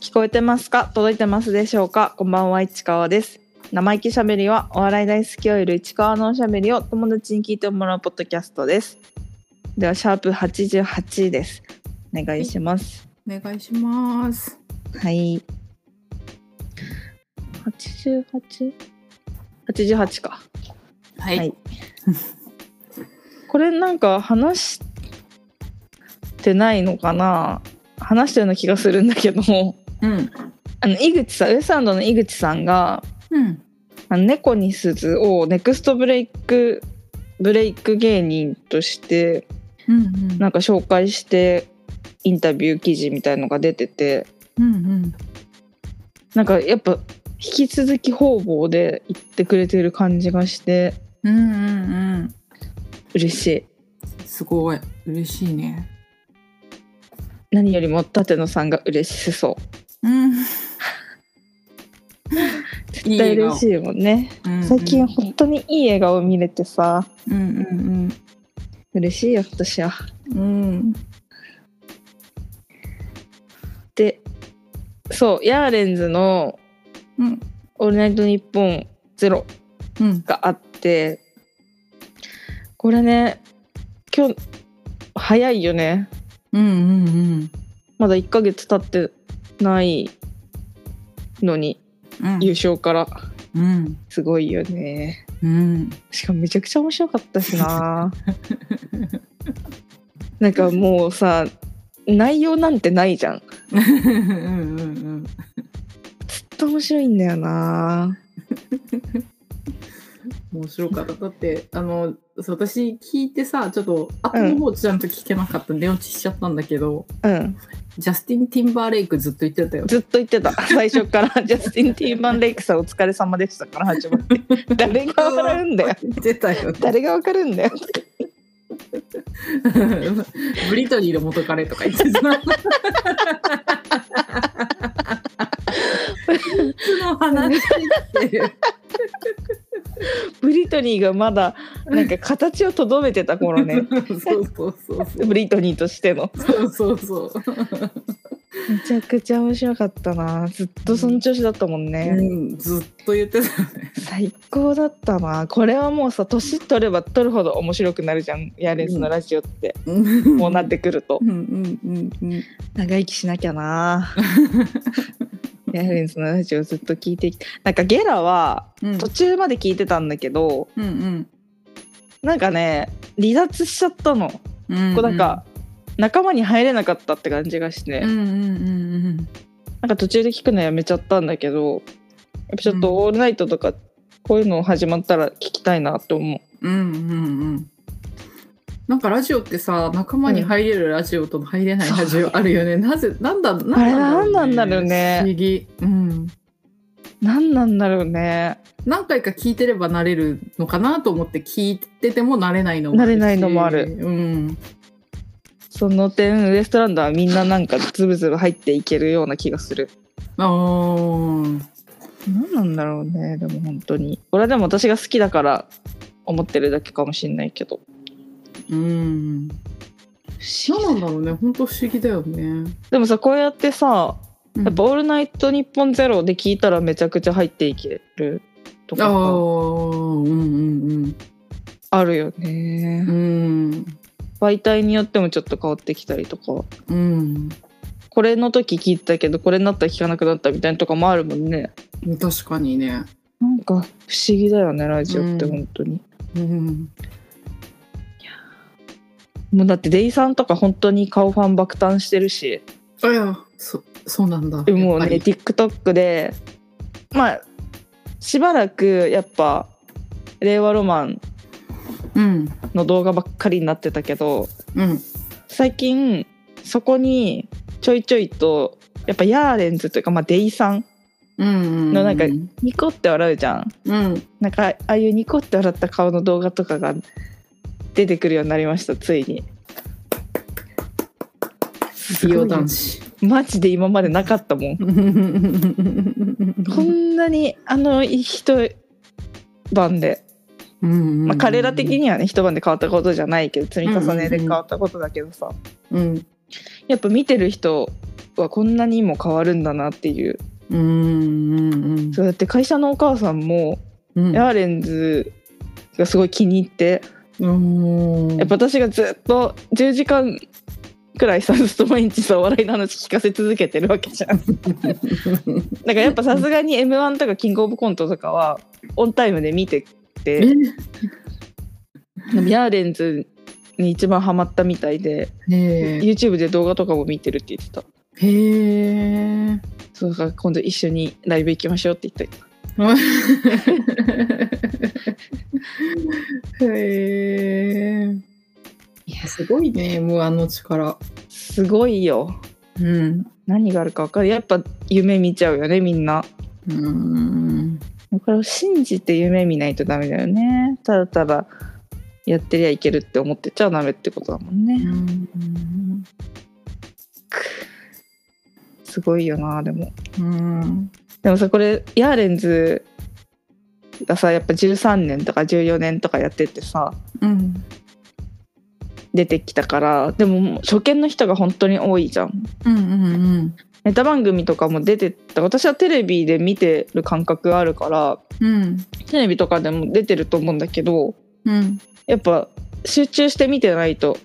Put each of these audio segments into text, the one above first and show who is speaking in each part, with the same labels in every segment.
Speaker 1: 聞こえてますか届いてますでしょうかこんばんは、市川です。生意気しゃべりはお笑い大好きオイル市川のおしゃべりを友達に聞いてもらうポッドキャストです。では、シャープ88です。お願いします。
Speaker 2: お願いします。
Speaker 1: はい。88?88 か。
Speaker 2: はい
Speaker 1: はいこれなんか話してないのかな話してるような気がするんだけど、
Speaker 2: うん。
Speaker 1: あの井口さんウエストランドの井口さんが
Speaker 2: うん。
Speaker 1: 「あの猫に鈴」をネクストブレイクブレイク芸人として
Speaker 2: うん。うん。
Speaker 1: なんか紹介してインタビュー記事みたいのが出てて
Speaker 2: うん。うん。
Speaker 1: なんかやっぱ引き続き方々で言ってくれてる感じがして
Speaker 2: うん。うん。うん。
Speaker 1: 嬉しい
Speaker 2: すごい。嬉しいね。
Speaker 1: 何よりも舘野さんが嬉しそう
Speaker 2: うん。
Speaker 1: 絶対嬉しいもんね最近本当にいい笑顔見れてさ
Speaker 2: うん。うん。
Speaker 1: 嬉しいよ私は
Speaker 2: うん。うん。
Speaker 1: でそうヤーレンズの
Speaker 2: うん。
Speaker 1: 「オールナイトニッポンゼロ
Speaker 2: うん。
Speaker 1: があってこれね今日早いよね
Speaker 2: うん。うん。
Speaker 1: まだ1ヶ月経ってないのに
Speaker 2: うん。
Speaker 1: 優勝から
Speaker 2: うん。
Speaker 1: すごいよね
Speaker 2: うん。
Speaker 1: しかもめちゃくちゃ面白かったしななんかもうさ内容なんてないじゃん
Speaker 2: うん。うん。
Speaker 1: ずっと面白いんだよな
Speaker 2: 面白かった。だって、あの、そう私聞いてさ、ちょっと、後の方ちゃんと聞けなかったんで、寝落ちしちゃったんだけど、
Speaker 1: うん
Speaker 2: ジャスティン・ティンバーレイクずっと言ってたよ。
Speaker 1: ずっと言ってた最初から ジャスティン・ティーバン・レイクさんお疲れ様でしたから始まって誰が笑うんだよ
Speaker 2: 言ってたよ。
Speaker 1: 誰がわかるんだよ
Speaker 2: ブリトニーの元彼とか言ってた。いつの話っていう。
Speaker 1: ブリトニーがまだなんか形をとどめてた頃 ね
Speaker 2: そうそうそう
Speaker 1: ブリトニーとしての
Speaker 2: そう。そうそうそう。
Speaker 1: めちゃくちゃ面白かったなずっとその調子だったもん
Speaker 2: う
Speaker 1: ね、
Speaker 2: ん、ずっと言ってたよね。
Speaker 1: 最高だったなこれはもうさ年取れば取るほど面白くなるじゃんヤーレンスのラジオって、こうなっ。てくると
Speaker 2: うんうんうんうん。
Speaker 1: 長生きしなきゃな ヤーレンスのラジオずっと聞いてきたなんかゲラは
Speaker 2: うん
Speaker 1: 途中まで聞いてたんだけど
Speaker 2: うん
Speaker 1: なんかね離脱しちゃったの、
Speaker 2: うん。
Speaker 1: こうなんか仲間に入れなかったって感じがして、
Speaker 2: うんうんうん
Speaker 1: なんか途中で聞くのやめちゃったんだけど、やっぱちょっとオールナイトとか、こういうの始まったら聞きたいなと思う。
Speaker 2: うんうんうんうん。なんかラジオってさ仲間に入れるラジオと入れないラジオあるよね。なぜなんだなんだ
Speaker 1: あれなんなんだろう
Speaker 2: 不
Speaker 1: ね。
Speaker 2: 思議。うん。
Speaker 1: なんなんだろうね。
Speaker 2: 何回か聞いてれば慣れるのかなと思って聞いてても慣れないのもあるし
Speaker 1: 慣れないのもある。
Speaker 2: うん。
Speaker 1: その点、ウエストランドはみんななんかズブズブ入っていけるような気がする。
Speaker 2: あー
Speaker 1: なんなんだろうね。でも本当に。これはでも私が好きだから思ってるだけかもしんないけど。
Speaker 2: うん。何なんだろうね。本当不思議だよね。
Speaker 1: でもさ、こうやってさ、
Speaker 2: うん
Speaker 1: やっぱオールナイトニッポンゼロで聞いたらめちゃくちゃ入っていけると
Speaker 2: あ
Speaker 1: か
Speaker 2: あうんうん
Speaker 1: あるよね。
Speaker 2: うんうん
Speaker 1: 媒体によってもちょっと変わってきたりとか
Speaker 2: うん
Speaker 1: これの時聞いてたけどこれになったら聞かなくなったみたいなとかもあるもんね
Speaker 2: 確かにね。
Speaker 1: なんか不思議だよねラジオって
Speaker 2: うん
Speaker 1: 本当に、
Speaker 2: うん
Speaker 1: もうだってデイさんとか本当に顔ファン爆誕してるし
Speaker 2: あいやそそうなんだ。
Speaker 1: もうね
Speaker 2: やっぱり
Speaker 1: TikTok でまあしばらくやっぱ令和ロマン
Speaker 2: うん
Speaker 1: の動画ばっかりになってたけど
Speaker 2: うん
Speaker 1: 最近そこにちょいちょいとやっぱヤーレンズというか、まあ、デイさん
Speaker 2: うんうん
Speaker 1: のなんか
Speaker 2: うん
Speaker 1: ニコって笑うじゃんなんかああいうニコって笑った顔の動画とかが出てくるようになりましたついに
Speaker 2: 美容男子。
Speaker 1: マジで今までなかったもんこんなにあの一晩で、ま
Speaker 2: ま
Speaker 1: あ、彼ら的にはね一晩で変わったことじゃないけど積み重ねで変わったことだけどさ
Speaker 2: うん
Speaker 1: やっぱ見てる人はこんなにも変わるんだなっていう
Speaker 2: うんうんうん
Speaker 1: そうだって会社のお母さんも
Speaker 2: うん
Speaker 1: ヤーレンズがすごい気に入って、
Speaker 2: うん
Speaker 1: やっぱ私がずっと10時間くらいさずっと毎日さお笑いの話聞かせ続けてるわけじゃんだからやっぱさすがに m 1とかキングオブコントとかはオンタイムで見て
Speaker 2: え
Speaker 1: てでもヤーレンズに一番ハマったみたいで
Speaker 2: へえ
Speaker 1: YouTube で動画とかも見てるって言ってた
Speaker 2: へえ
Speaker 1: そうだから今度一緒にライブ行きましょうって言っといた
Speaker 2: へえ
Speaker 1: いや
Speaker 2: すごいね M1 の力
Speaker 1: すごいよ
Speaker 2: うん
Speaker 1: 何があるか分かるやっぱ夢見ちゃうよねみんな
Speaker 2: うん
Speaker 1: これを信じて夢見ないとダメだよねただただやってりゃいけるって思ってちゃダメってことだもんね、
Speaker 2: うん
Speaker 1: すごいよなでも
Speaker 2: うん
Speaker 1: でもさこれヤーレンズがさやっぱ13年とか14年とかやっててさ
Speaker 2: うん
Speaker 1: 出てきたからでももう初見の人が本当に多いじゃん
Speaker 2: うんうん
Speaker 1: ネタ番組とかも出てった私はテレビで見てる感覚があるから
Speaker 2: うん
Speaker 1: テレビとかでも出てると思うんだけど
Speaker 2: うん
Speaker 1: やっぱ集中して見てないと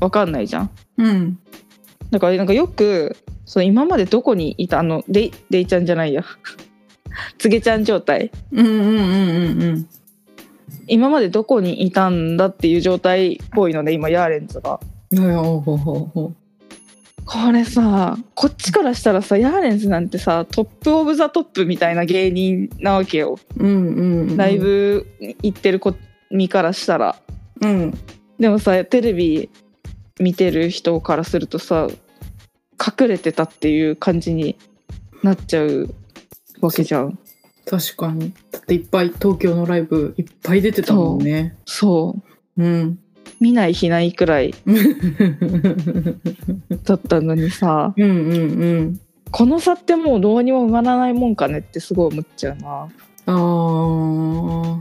Speaker 1: 分かんないじゃん
Speaker 2: うん
Speaker 1: だからなんかよくその今までどこにいたあのデイデイちゃんじゃないや つげちゃん状態
Speaker 2: うんうんうんうん
Speaker 1: 今までどこにいたんだっていう状態っぽいので今ヤーレンズが
Speaker 2: うんいやほうほうほう
Speaker 1: これさこっちからしたらさヤーレンズなんてさトップオブザトップみたいな芸人なわけよ
Speaker 2: うんうんうん
Speaker 1: ライブ行ってる子身からしたら
Speaker 2: うん
Speaker 1: でもさテレビ見てる人からするとさ隠れてたっていう感じになっちゃうわけじゃん
Speaker 2: 確かにだっていっぱい東京のライブいっぱい出てたもんね
Speaker 1: そう
Speaker 2: うん
Speaker 1: 見ない日ないくらい
Speaker 2: うん
Speaker 1: だったのにさ
Speaker 2: うんうん
Speaker 1: この差ってもうどうにも埋まらないもんかねってすごい思っちゃうな
Speaker 2: あー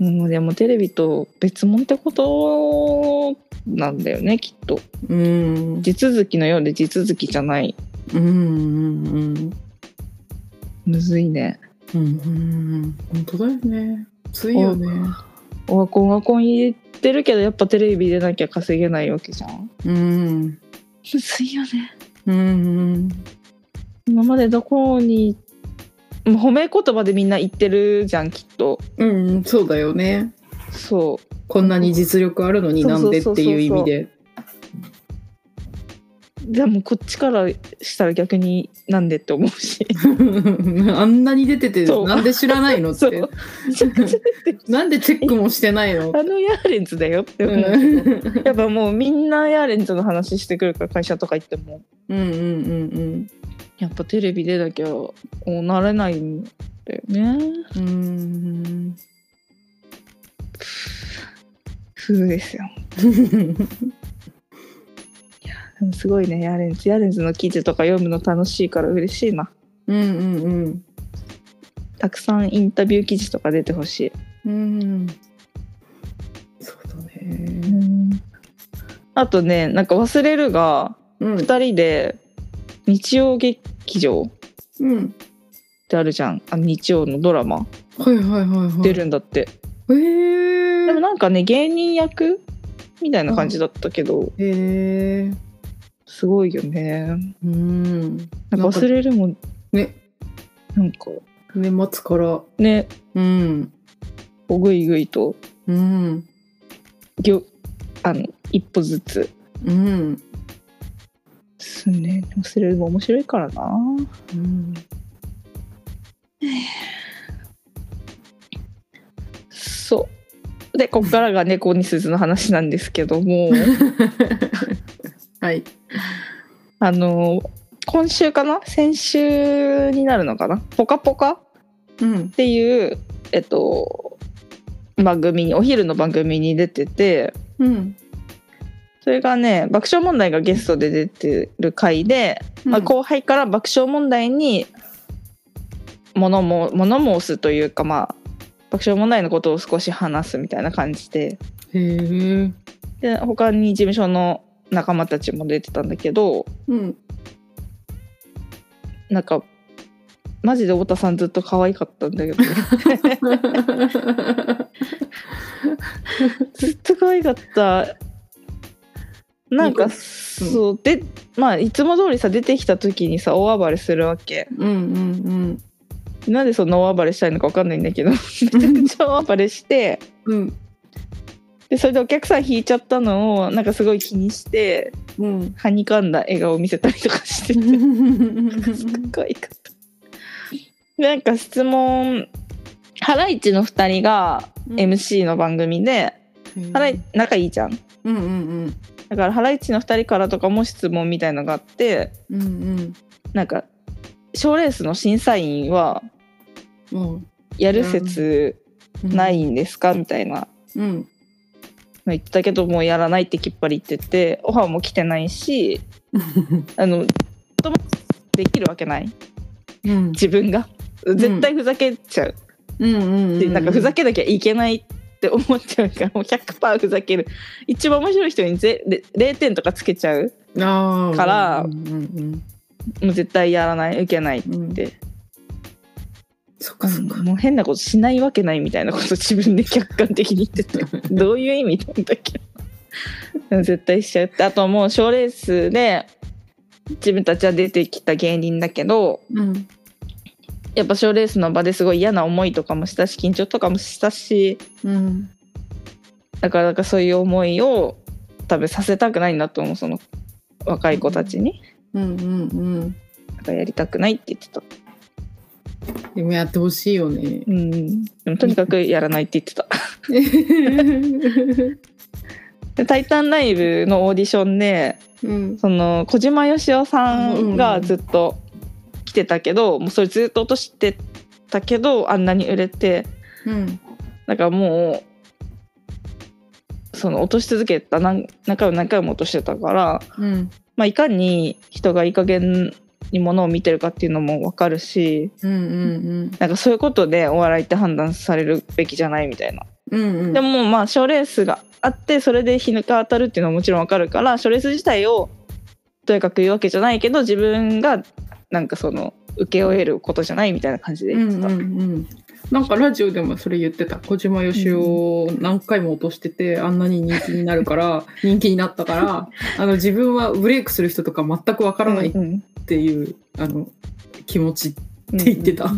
Speaker 1: うんでもテレビと別物ってことなんだよねきっと
Speaker 2: うん
Speaker 1: 地続きのようで地続きじゃない
Speaker 2: うんうん
Speaker 1: むずいね
Speaker 2: うんうん本当だよねついよね
Speaker 1: オワコンオワコン言ってるけどやっぱテレビ出なきゃ稼げないわけじゃん
Speaker 2: うん
Speaker 1: むずいよね
Speaker 2: うんうん
Speaker 1: 今までどこにもう褒め言葉でみんな言ってるじゃんきっと
Speaker 2: うんそうだよね
Speaker 1: そう
Speaker 2: こんなに実力あるのになんでっていう意味で
Speaker 1: でもこっちからしたら逆になんでって思うし
Speaker 2: あんなに出てて
Speaker 1: そう
Speaker 2: なんで知らないのっ
Speaker 1: そう
Speaker 2: てなんでチェックもしてないの
Speaker 1: あのヤーレンズだよって
Speaker 2: う
Speaker 1: 思
Speaker 2: ん
Speaker 1: う、やっぱもうみんなヤーレンズの話してくるから会社とか行っても
Speaker 2: うんうんうん
Speaker 1: やっぱテレビ出なきゃこうなれないんだよね
Speaker 2: うんうん
Speaker 1: 風ですよでもすごいねヤーレンズヤーレンズの記事とか読むの楽しいから嬉しいな
Speaker 2: うんうん
Speaker 1: たくさんインタビュー記事とか出てほしい
Speaker 2: うんうんそうだね
Speaker 1: あとねなんか忘れるが
Speaker 2: うん
Speaker 1: 2人で日曜劇場
Speaker 2: うん
Speaker 1: ってあるじゃんあの日曜のドラマ
Speaker 2: はいはいはいはい
Speaker 1: 出るんだって、
Speaker 2: へ
Speaker 1: でも
Speaker 2: ー
Speaker 1: なんかね芸人役みたいな感じだったけど、
Speaker 2: へー
Speaker 1: すごいよね
Speaker 2: うん
Speaker 1: なんか忘れるも
Speaker 2: ね
Speaker 1: なんか
Speaker 2: 年末から
Speaker 1: ね
Speaker 2: うん
Speaker 1: こうぐいぐいと
Speaker 2: うん
Speaker 1: ぎょあの一歩ずつ
Speaker 2: うん
Speaker 1: すんね忘れるも面白いからな
Speaker 2: うん
Speaker 1: そうでこっからが猫に鈴の話なんですけど も
Speaker 2: はい
Speaker 1: あの今週かな先週になるのかな「ぽかぽか」
Speaker 2: うん
Speaker 1: っていう、えっと、番組にお昼の番組に出てて
Speaker 2: うん
Speaker 1: それがね爆笑問題がゲストで出てる回で、まあ、後輩から爆笑問題に物も物申すというか、まあ、爆笑問題のことを少し話すみたいな感じで
Speaker 2: うんへえ
Speaker 1: で他に事務所の仲間たちも出てたんだけど
Speaker 2: うん。
Speaker 1: なんかマジで太田さんずっと可愛かったんだけどずっと可愛かったなんかそうでまあいつも通りさ出てきた時にさ大暴れするわけ
Speaker 2: うんうん
Speaker 1: なんでそんな大暴れしたいのかわかんないんだけどめちゃくちゃ大暴れして
Speaker 2: うん。うん
Speaker 1: でそれでお客さん引いちゃったのをなんかすごい気にして
Speaker 2: うん。
Speaker 1: はにかんだ笑顔見せたりとかして て可愛かった。なんか質問ハライチの2人が MC の番組で、ハライ仲いいじゃん
Speaker 2: うんうん
Speaker 1: だからハライチの2人からとかも質問みたいのがあって
Speaker 2: うん。うん
Speaker 1: なんか賞ーレースの審査員は
Speaker 2: うん。も
Speaker 1: やる説
Speaker 2: う。
Speaker 1: ない。んですかみたいな
Speaker 2: うん。
Speaker 1: の言ってたけどもうやらないってきっぱり言っててオファーも来てないしあの友達できるわけない
Speaker 2: うん。
Speaker 1: 自分が絶対ふざけちゃう、
Speaker 2: うんうん。
Speaker 1: でなんかふざけなきゃいけないって思っちゃうからもう100%ふざける一番面白い人にぜれ0点とかつけちゃう
Speaker 2: けか
Speaker 1: から
Speaker 2: うんうん
Speaker 1: もう絶対やらない受けない、
Speaker 2: うん。
Speaker 1: で。
Speaker 2: そっかそっか。
Speaker 1: もう変なことしないわけないみたいなこと自分で客観的に言っててどういう意味なんだっけでも絶対しちゃうってあともう賞ーレースで自分たちは出てきた芸人だけど
Speaker 2: うん。
Speaker 1: やっぱ賞ーレースの場ですごい嫌な思いとかもしたし緊張とかもしたし
Speaker 2: うん。
Speaker 1: だからなんかそういう思いを多分させたくないんだと思うその若い子たちに、
Speaker 2: うんうんうん。
Speaker 1: なんかやりたくないって言ってた、
Speaker 2: でもやってほしいよ ね。
Speaker 1: うん、でもとにかくやらないって言ってたで「タイタンライブ」のオーディションで
Speaker 2: うん。
Speaker 1: その小島よしおさんがずっと来てたけど、もうそれずっと落としてたけどあんなに売れて
Speaker 2: うん。
Speaker 1: だからもうその落とし続けた何何回も何回も落としてたから、
Speaker 2: うん。
Speaker 1: まあ、いかに人がいい加減にものを見てるかっていうのも分かるし
Speaker 2: うんうん
Speaker 1: なんかそういうことでお笑いって判断されるべきじゃないみたいな。
Speaker 2: うん。うん。
Speaker 1: で、もまあ賞レースがあってそれで日抜か当たるっていうのはもちろんわかるから賞レース自体をとやかく言うわけじゃないけど自分がなんかその受け負えることじゃないみたいな感じで
Speaker 2: う
Speaker 1: 言っ
Speaker 2: ん
Speaker 1: て
Speaker 2: うん
Speaker 1: た。
Speaker 2: うん。なんかラジオでもそれ言ってた。小島よしおを何回も落としてて、あんなに人気になる から、人気になったから、あの自分はブレイクする人とか全くわからないっ
Speaker 1: うんうん
Speaker 2: ていう、あの、気持ちって
Speaker 1: うん
Speaker 2: 言ってた。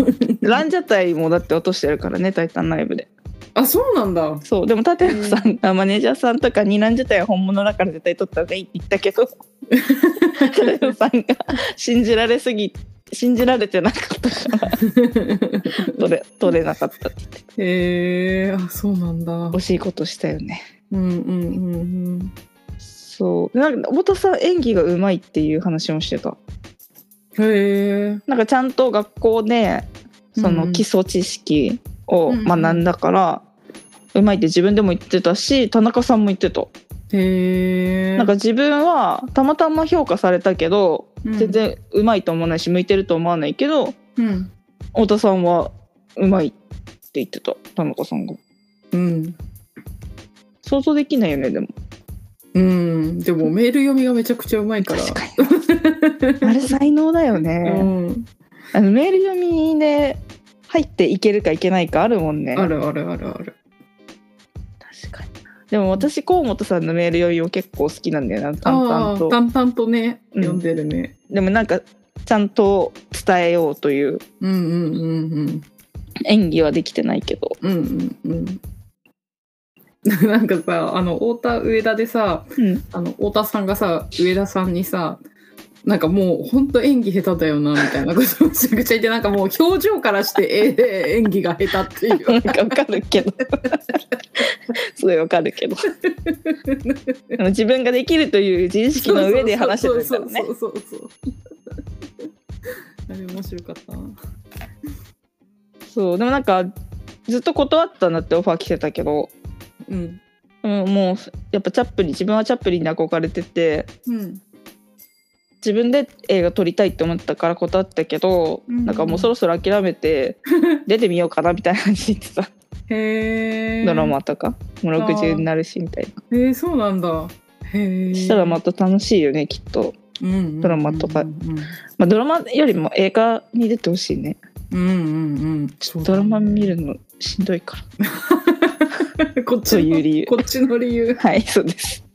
Speaker 1: ランジャタイもだって落としてるからね「タイタンライブで」
Speaker 2: あ、そうなんだ。
Speaker 1: そうでも舘野さんがマネージャーさんとかにランジャタイは本物だから絶対取った方がいいって言ったけど舘野さんが信じられすぎ信じられてなかったから取れ取れなかったって言って
Speaker 2: へえー、あ、そうなんだ。うん
Speaker 1: 惜しいことしたよね。
Speaker 2: うんうんうん。
Speaker 1: そうなんか太田さん演技がうまいっていう話もしてた
Speaker 2: へえ。
Speaker 1: なんかちゃんと学校でその基礎知識を学んだから、うまいって自分でも言ってたし田中さんも言ってた、
Speaker 2: へえ。
Speaker 1: なんか自分はたまたま評価されたけど、
Speaker 2: うん
Speaker 1: 全然うまいと思わないし向いてると思わないけど
Speaker 2: うん。
Speaker 1: 太田さんはうまいって言ってた田中さんが
Speaker 2: うん。
Speaker 1: 想像できないよねでも
Speaker 2: うん。でもメール読みがめちゃくちゃうまいから。
Speaker 1: 確かに あれ才能だよね、
Speaker 2: うん。
Speaker 1: あのメール読みで入っていけるかいけないかあるもんね
Speaker 2: あるあるあるある。
Speaker 1: 確かにでも私河本さんのメール読みを結構好きなんだよな淡
Speaker 2: あ
Speaker 1: 々
Speaker 2: あ
Speaker 1: と
Speaker 2: 淡々とね、
Speaker 1: うん
Speaker 2: 読んでるね。
Speaker 1: でもなんかちゃんと伝えようという
Speaker 2: うんうんうんうん。
Speaker 1: 演技はできてないけど、
Speaker 2: うんうんうん。 なんかさ、あの、太田上田でさ、
Speaker 1: うん、
Speaker 2: あの、太田さんがさ、上田さんにさ、なんかもう本当演技下手だよなみたいなことをめちゃくちゃ言ってなんかもう表情からしてえー演技が下手ってい
Speaker 1: な
Speaker 2: うん
Speaker 1: かわかるけ どすごいわかるけどあの自分ができるという自 意識の上で話してるんだろうね
Speaker 2: そうそうそうそうそうそう。あれ面白かったな。
Speaker 1: そうでもなんかずっと断ったんだってオファー来てたけど、
Speaker 2: うん。
Speaker 1: うん、もうやっぱチャップリン自分はチャップリンに憧れてて
Speaker 2: うん。
Speaker 1: 自分で映画撮りたいって思ったから断ったけど、
Speaker 2: うん
Speaker 1: なんかもうそろそろ諦め て出てみようかなみたいな感じで言ってた、
Speaker 2: へえ。
Speaker 1: ドラマとかもう
Speaker 2: あー
Speaker 1: 60になるしみたいな
Speaker 2: えー、そうなんだ。へへえ。
Speaker 1: したらまた楽しいよねきっと、
Speaker 2: うんうんうん、
Speaker 1: ドラマとか
Speaker 2: うん
Speaker 1: まあ、ドラマよりも映画に出てほしいね
Speaker 2: うんうん。
Speaker 1: ちょっとドラマ見
Speaker 2: る。
Speaker 1: るのしんどいから
Speaker 2: こっち
Speaker 1: そう
Speaker 2: の
Speaker 1: いう理由
Speaker 2: こっちの理 由。
Speaker 1: はいそうです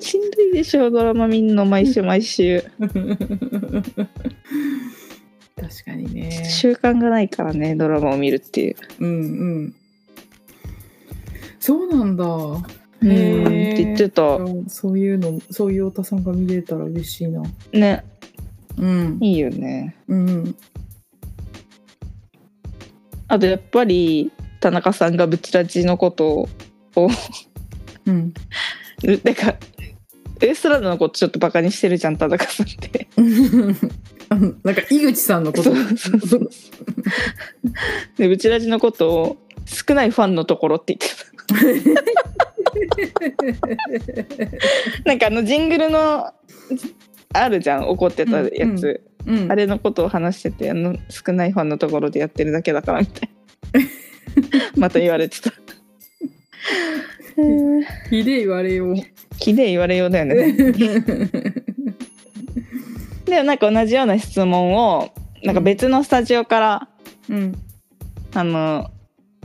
Speaker 1: しんどいでしょドラマ見んの毎週毎週
Speaker 2: 確かにね。
Speaker 1: 習慣がないからねドラマを見るっていう、
Speaker 2: うんうん。そうなんだ。
Speaker 1: うん、っ
Speaker 2: へー
Speaker 1: て言ってた
Speaker 2: そういうの、そういう太田さんが見れたら嬉しいな。
Speaker 1: ね
Speaker 2: うん。
Speaker 1: いいよね
Speaker 2: うん。
Speaker 1: あとやっぱり田中さんがブチラジのことを
Speaker 2: うん。
Speaker 1: なんかウエストランドのことちょっとバカにしてるじゃん田中さんって
Speaker 2: なん か井口さんのこ
Speaker 1: そ
Speaker 2: と
Speaker 1: う。そうそうでブチラジのことを少ないファンのところって言ってたなんかあのジングルのあるじゃん怒ってたやつ、
Speaker 2: うん、
Speaker 1: あれのことを話しててあの少ないファンのところでやってるだけだからみたいな また言われてた
Speaker 2: ひでえ言われよう。
Speaker 1: ひでえ言われようだよねでなんか同じような質問をなんか別のスタジオから、
Speaker 2: うん。
Speaker 1: あの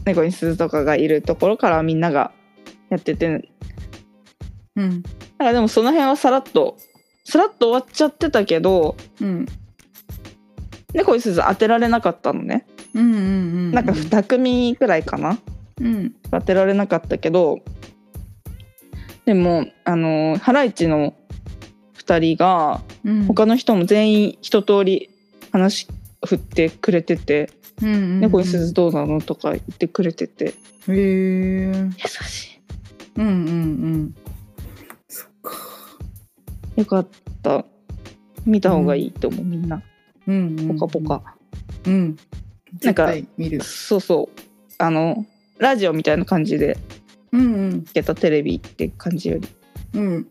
Speaker 1: 猫に鈴とかがいるところからみんながやっててなん
Speaker 2: うん。
Speaker 1: かでもその辺はさらっとさらっと終わっちゃってたけど
Speaker 2: うん。
Speaker 1: 猫に鈴当てられなかったのね
Speaker 2: うん。うん。
Speaker 1: なんか2組くらいかな
Speaker 2: うん。
Speaker 1: 当てられなかったけどでもあのハライチの2人が
Speaker 2: うん。
Speaker 1: 他の人も全員一通り話振ってくれてて
Speaker 2: うんうんう
Speaker 1: 「
Speaker 2: ん。
Speaker 1: 猫に鈴どうなの?」とか言ってくれてて
Speaker 2: へえ。
Speaker 1: 優し
Speaker 2: うんうんうん。そっか。
Speaker 1: いよかった見た方がいいと思う、みんな
Speaker 2: う
Speaker 1: 「ぽ
Speaker 2: ん、うん。
Speaker 1: かぽか
Speaker 2: うん。
Speaker 1: なんか
Speaker 2: 絶対見る」。
Speaker 1: そうそうあのラジオみたいな感じで
Speaker 2: うんうん
Speaker 1: やったテレビって感じより
Speaker 2: うん。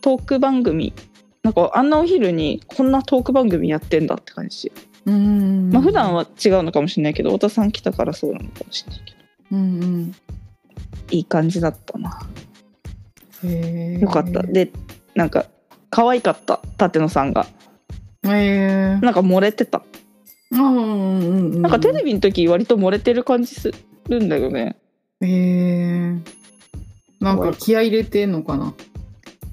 Speaker 1: トーク番組なんかあんなお昼にこんなトーク番組やってんだって感じ
Speaker 2: うん。
Speaker 1: まあ普段。は違うのかもしれないけど太田さん来たからそうなのかもしれないけど
Speaker 2: うん
Speaker 1: いい感じだったな
Speaker 2: うん。へえ。
Speaker 1: よかった。でなんか可愛かった舘野さんが
Speaker 2: へ
Speaker 1: な
Speaker 2: え。
Speaker 1: んか漏れてた
Speaker 2: うんうんうんうん。
Speaker 1: なんかテレビの時割と漏れてる感じするんだよね
Speaker 2: へえ。なんか気合い入れてんのかな。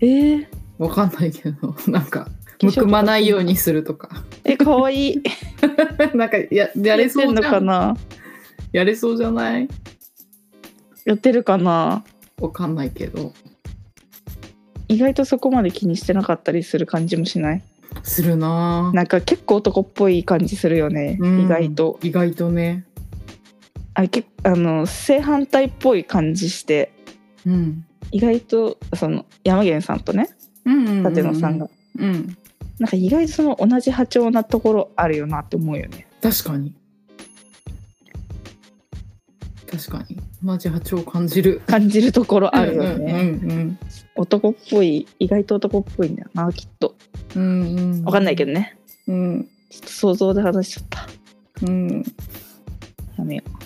Speaker 1: えー、
Speaker 2: わかんないけど、 なんか。むくまないようにするとか。
Speaker 1: え可愛い
Speaker 2: なんかや、やれそう
Speaker 1: やってん
Speaker 2: じ
Speaker 1: の
Speaker 2: ゃ
Speaker 1: か
Speaker 2: ん。
Speaker 1: な
Speaker 2: やれそうじゃない。
Speaker 1: やってるかな
Speaker 2: わかんないけど。
Speaker 1: 意外とそこまで気にしてなかったりする感じもしない
Speaker 2: するなぁ。
Speaker 1: なんか結構男っぽい感じするよね
Speaker 2: うん
Speaker 1: 意外と
Speaker 2: 意外とね。
Speaker 1: あけあの正反対っぽい感じして
Speaker 2: うん。
Speaker 1: 意外とその山源さんとね
Speaker 2: うんうんうん。
Speaker 1: 舘野さんが
Speaker 2: うん。
Speaker 1: なんか意外とその同じ波長なところあるよなって思うよね。
Speaker 2: 確かに。確かに。同じ波長を感じる。
Speaker 1: 感じるところあるよね。
Speaker 2: うんうん
Speaker 1: 男っぽい、意外と男っぽいんだよな、きっと。
Speaker 2: うん。うんうん。
Speaker 1: わかんないけどね。
Speaker 2: うん。
Speaker 1: ちょっと想像で話しちゃった。
Speaker 2: うん。
Speaker 1: やめよう。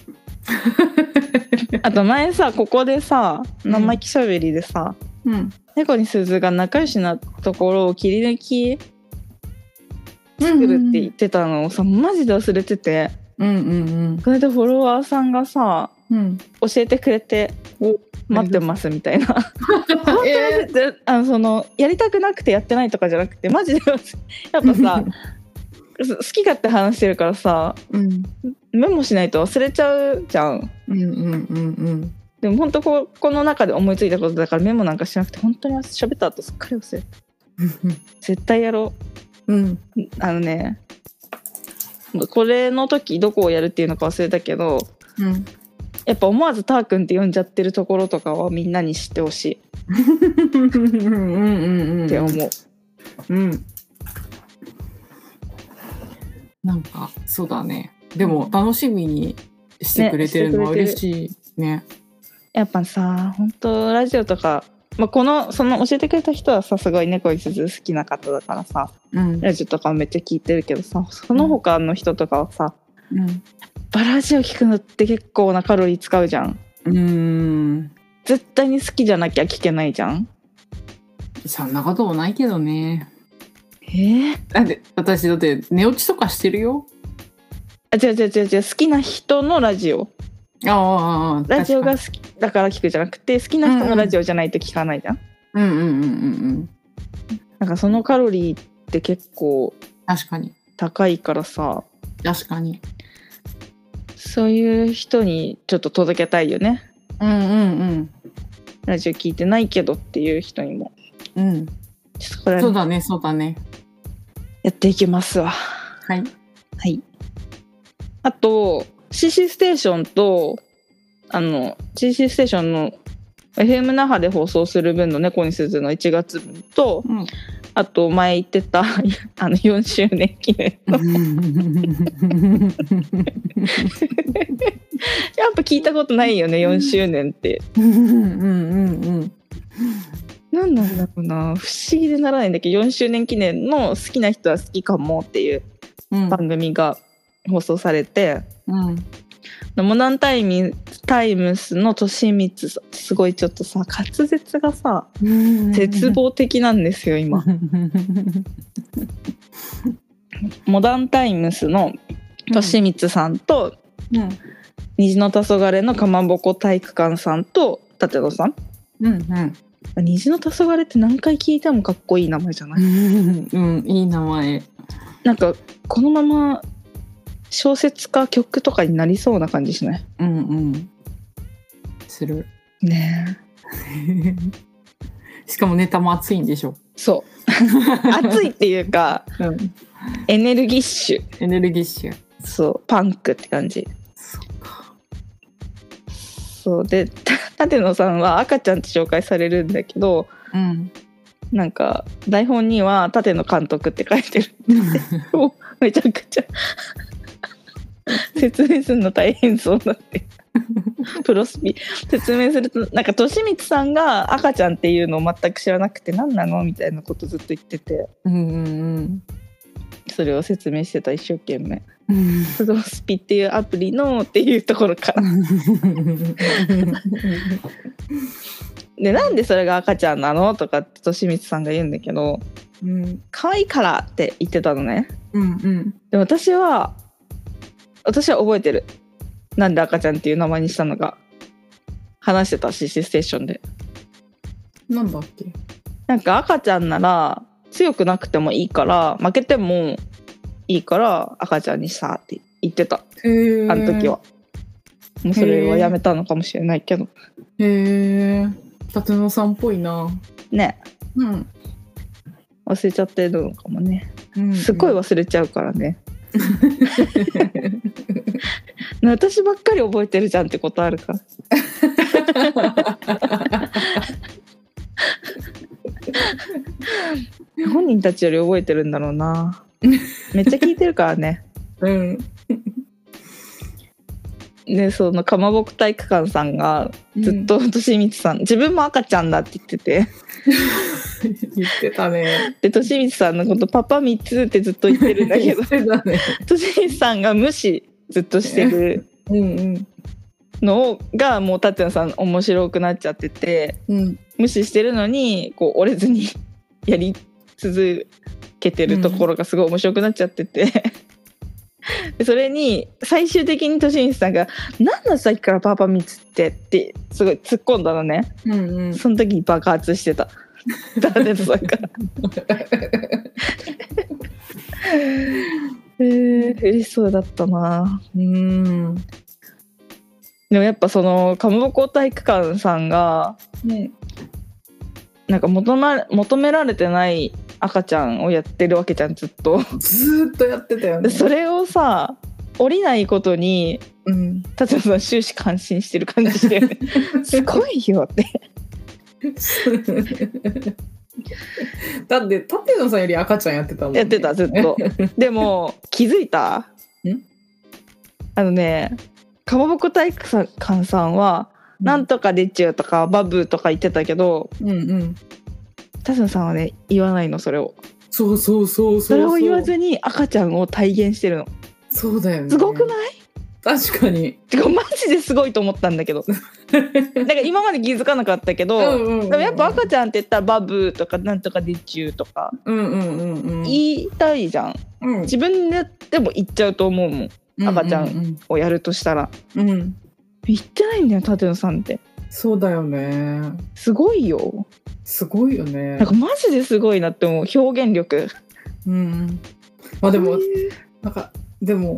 Speaker 1: あと前さ、ここでさ、
Speaker 2: うん
Speaker 1: 生意気しゃべりでさ、
Speaker 2: うん。
Speaker 1: 猫に鈴が仲良しなところを切り抜き作るって言ってたのをさ、マジで忘れてて、
Speaker 2: うんうん
Speaker 1: これでフォロワーさんがさ、
Speaker 2: うん。うん。
Speaker 1: 教えてくれて、待ってますみたいな。
Speaker 2: え
Speaker 1: であのそのやりたくなくてやってないとかじゃなくてマジでやっぱ さそ好き勝手話してるからさ
Speaker 2: ーうん
Speaker 1: メモしないと忘れちゃうじゃん
Speaker 2: うんうんうんうん。
Speaker 1: でも本当ここの中で思いついたことだからメモなんかしなくて本当に喋った後すっかり忘れた絶対やろ
Speaker 2: うん。
Speaker 1: うあのねこれの時どこをやるっていうのか忘れたけど
Speaker 2: うん。
Speaker 1: やっぱ思わず「たーくん」って呼んじゃってるところとかはみんなに知ってほし
Speaker 2: うんうんうんうん。
Speaker 1: いって思う、
Speaker 2: うん。なんか、そうだね。でも、楽しみにしてくれてるの
Speaker 1: ね
Speaker 2: は嬉
Speaker 1: して
Speaker 2: しいね。
Speaker 1: やっぱさ本当ラジオとか、まあ、このその教えてくれた人はさすごい猫に鈴好きな方だからさ
Speaker 2: うん。
Speaker 1: ラジオとかめっちゃ聞いてるけどさその他の人とかはさ、
Speaker 2: うん。
Speaker 1: やっぱラジオ聞くのって結構なカロリー使うじゃん
Speaker 2: うん。
Speaker 1: 絶対に好きじゃなきゃ聞けないじゃん
Speaker 2: そんなこともないけどね。
Speaker 1: え
Speaker 2: だって、私だって寝落ちとかしてるよ。
Speaker 1: あ違う違う違う違う好きな人のラジオ
Speaker 2: ああああ、
Speaker 1: ラジオが
Speaker 2: 確
Speaker 1: 好きだから聞くじゃなくて好きな人のラジオじゃないと聞かないじゃん、
Speaker 2: かに。うんうんうんうんうん。
Speaker 1: なんかそのカロリーって結構
Speaker 2: 確かに。
Speaker 1: 高いからさ
Speaker 2: 確かに。
Speaker 1: そういう人にちょっと届けたいよね
Speaker 2: うんうん
Speaker 1: ラジオ聞いてないけどっていう人にも
Speaker 2: うん。うん。
Speaker 1: ちょっとこれ
Speaker 2: そう
Speaker 1: は
Speaker 2: だね、そうだね。
Speaker 1: やっていきますわ
Speaker 2: はい。
Speaker 1: はいあと CC ステーションとあの CC ステーションの FM 那覇で放送する分の「猫に鈴」の1月分と
Speaker 2: うん。
Speaker 1: あと前言ってた あの4周年記念やっぱ聞いたことないよね4周年って
Speaker 2: うんうんうん
Speaker 1: 何なんだろうな不思議でならないんだけど4周年記念の「好きな人は好きかも」っていう
Speaker 2: うん。
Speaker 1: 番組が放送されて、
Speaker 2: うん。
Speaker 1: モダンタイミタイムスの利光さんすごいちょっとさ滑舌がさ
Speaker 2: うん。
Speaker 1: 絶望的なんですよ今。モダンタイムスの利光さんと、
Speaker 2: うん。
Speaker 1: 虹の黄昏のかまぼこ体育館さんと舘野さん
Speaker 2: うん
Speaker 1: 虹の黄昏って何回聞いてもかっこいい名前じゃない、
Speaker 2: うん。うん。いい名前。
Speaker 1: なんかこのまま小説か曲とかになりそうな感じしない
Speaker 2: うんうん。する。
Speaker 1: ね
Speaker 2: しかもネタも熱いんでしょ。
Speaker 1: そう熱いっていうか
Speaker 2: うん。
Speaker 1: エネルギッシュ
Speaker 2: エネルギッシュ。
Speaker 1: そうパンクって感じ
Speaker 2: そっか。
Speaker 1: そうで た舘野さんは赤ちゃんって紹介されるんだけど
Speaker 2: うん。
Speaker 1: なんか台本には舘野監督って書いてるめちゃくちゃ説明するの大変そうだってプロスピ説明するとなんか利光さんが赤ちゃんっていうのを全く知らなくて何なのみたいなことずっと言ってて
Speaker 2: うんうん
Speaker 1: それを説明してた一生懸命
Speaker 2: うん。
Speaker 1: プロスピっていうアプリのっていうところからでなんでそれが赤ちゃんなのとかって利光さんが言うんだけど
Speaker 2: うん
Speaker 1: 可愛いからって言ってたのね
Speaker 2: うん
Speaker 1: でも私は私は覚えてるなんで赤ちゃんっていう名前にしたのか話してた CC ステーションで
Speaker 2: うん。なんだっけ。
Speaker 1: なんか赤ちゃんなら強くなくてもいいから負けてもいいから赤ちゃんにしたって言ってた
Speaker 2: へえ。
Speaker 1: あの時。は、もうそれはやめたのかもしれないけど
Speaker 2: へえ。達野さんっぽいな。
Speaker 1: ね
Speaker 2: うん。
Speaker 1: 忘れちゃってるのかもね
Speaker 2: うん
Speaker 1: すごい。忘れちゃうからね、私ばっかり覚えてるじゃんってことある から本人たちより覚えてるんだろうなめっちゃ聞いてるから ね
Speaker 2: うん。
Speaker 1: でそのかまぼこ体育館さんがずっと利光さん、自分も赤ちゃんだって言ってて
Speaker 2: 言ってたね。
Speaker 1: で利光さんのこと「パパ3つ」ってずっと言ってるんだけど
Speaker 2: 言 ってたね。
Speaker 1: 利光さんが無視ずっとしてる
Speaker 2: うんうん
Speaker 1: のがもう達也さん面白くなっちゃってて
Speaker 2: うん
Speaker 1: 無視してるのにこう折れずに やり続けてるところがすごい面白くなっちゃって て、でそれに最終的に利光さんが「何のさっきからパパ見つって」ってすごい突っ込んだのね
Speaker 2: うんうん。
Speaker 1: その時に爆発して た。だってさんから えー、嬉しそうだったな
Speaker 2: うん。
Speaker 1: でもやっぱそのかまぼこ体育館さんが
Speaker 2: ね。
Speaker 1: なんか求ま求められてない赤ちゃんをやってるわけじゃんずっと。
Speaker 2: ずーっとやってたよ
Speaker 1: で
Speaker 2: ね。
Speaker 1: それをさ降りないことに
Speaker 2: うん。
Speaker 1: 達也さん終始感心してる感じして、ね、すごいよって
Speaker 2: だって舘野さんより赤ちゃんやってたもん、ね、
Speaker 1: やってたずっとでも気づいた
Speaker 2: ん
Speaker 1: あのねかまぼこ体育館さんは「なんとかでっちゅう」とか「バブー」とか言ってたけど
Speaker 2: うんうん
Speaker 1: 達也さんはね言わないのそれを
Speaker 2: そうそうそうそう
Speaker 1: それを言わずに赤ちゃんを体現してるの
Speaker 2: そうだよね
Speaker 1: すごくない
Speaker 2: 確かに
Speaker 1: てかマジジですごいと思ったんだけどなんか今まで気づかなかったけど、
Speaker 2: うんうん
Speaker 1: でもやっぱ赤ちゃんって言ったらバブーとかなんとかでちゅうとか
Speaker 2: うんうんうんうん
Speaker 1: 言いたいじゃん
Speaker 2: うん
Speaker 1: 自分ででも言っちゃうと思うもん赤ちゃ
Speaker 2: ん
Speaker 1: をやるとしたら
Speaker 2: うん、うん、
Speaker 1: 言ってないんだよ舘野さんって
Speaker 2: そうだよね
Speaker 1: すごいよ
Speaker 2: すごいよね
Speaker 1: なんかマジですごいなって思う表現力
Speaker 2: うんうんまあでもなんかでも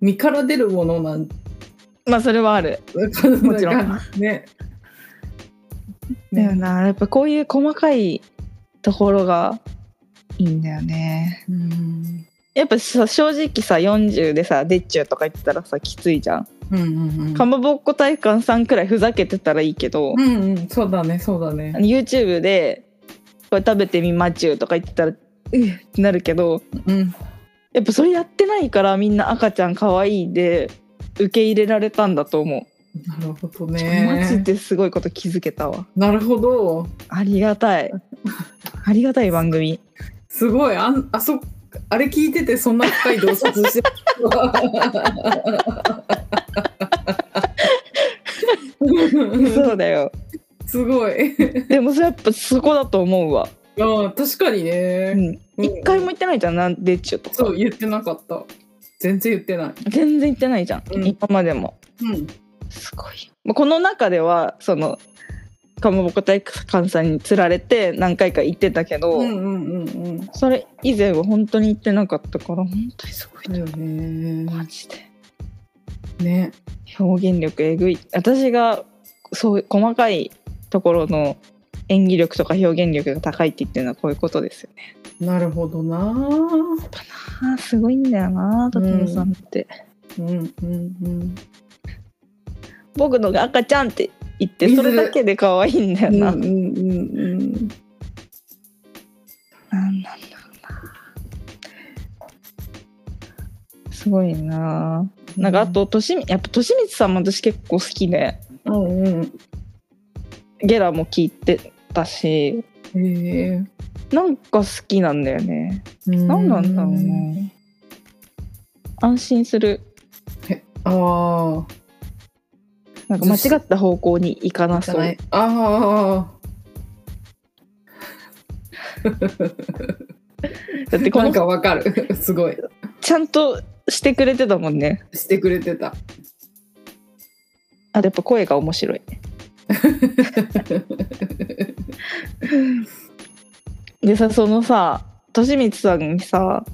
Speaker 2: 身から出るものなん
Speaker 1: まあそれはある
Speaker 2: も
Speaker 1: ちろん
Speaker 2: ね
Speaker 1: だよなやっぱこういう細かいところがいいんだよね
Speaker 2: うん
Speaker 1: やっぱさ正直さ40でさ「でっちゅう」とか言ってたらさきついじゃん
Speaker 2: うんうんうん
Speaker 1: かまぼっこ体感さんくらいふざけてたらいいけど、
Speaker 2: うんうんそうだねそうだ
Speaker 1: あ
Speaker 2: ね
Speaker 1: の YouTube で「これ食べてみまちゅう」とか言ってたら「うっ」ってなるけど
Speaker 2: うん
Speaker 1: やっぱそれやってないからみんな赤ちゃん可愛いで受け入れられたんだと思
Speaker 2: なるほど
Speaker 1: う、マジ
Speaker 2: ね
Speaker 1: ですごいこと気づけたわ
Speaker 2: なるほど
Speaker 1: ありがたいありがたい番組
Speaker 2: すごいあんあそあれ聞いててそんな深い洞察して た
Speaker 1: そうだよ
Speaker 2: すごい
Speaker 1: でもそれやっぱそこだと思うわ、
Speaker 2: あ確かに
Speaker 1: う
Speaker 2: ね、
Speaker 1: ん、
Speaker 2: うん
Speaker 1: 一回も言ってないじゃんなんでっちゅうとか
Speaker 2: そう言ってなかった全然言ってない
Speaker 1: 全然言ってないじゃん、
Speaker 2: うん
Speaker 1: 今までも
Speaker 2: うん
Speaker 1: すごいよ。まあこの中ではそのかまぼこ体育館さんにつられて何回か行ってたけど、
Speaker 2: うんうんうんうん
Speaker 1: それ以前は本当に行ってなかったから本当にすごい
Speaker 2: だ
Speaker 1: ね、
Speaker 2: よ
Speaker 1: マ
Speaker 2: ね
Speaker 1: ジで
Speaker 2: ね
Speaker 1: 表現力えぐい私がそういう細かいところの演技力とか表現力が高いって言ってるのはこういうことですよね。
Speaker 2: なるほどな
Speaker 1: あーすごいんだよな舘野さんって、
Speaker 2: うんうんうん
Speaker 1: 僕のが赤ちゃんって言ってそれだけで可愛いんだよ
Speaker 2: うん
Speaker 1: な。
Speaker 2: うんうんう
Speaker 1: なん
Speaker 2: ん
Speaker 1: なんだろうな。すごいな。なんかあと、としみやっぱ、としみつさんも私結構好きで、
Speaker 2: うんうん
Speaker 1: ゲラも聞いてたし、
Speaker 2: へえ
Speaker 1: なんか好きなんだよね。なんなんだろうな。安心する。
Speaker 2: あ
Speaker 1: なんか間違った方向に行かな
Speaker 2: あじゃ
Speaker 1: そ
Speaker 2: な
Speaker 1: う
Speaker 2: い。あ
Speaker 1: だって
Speaker 2: あ
Speaker 1: こ
Speaker 2: なん
Speaker 1: の
Speaker 2: かわかる すごい
Speaker 1: ちゃんとしてくれてたもんね。
Speaker 2: してくれてた
Speaker 1: あとやっぱ声が面白い。 でさ、そのさ、としみつさんにさ、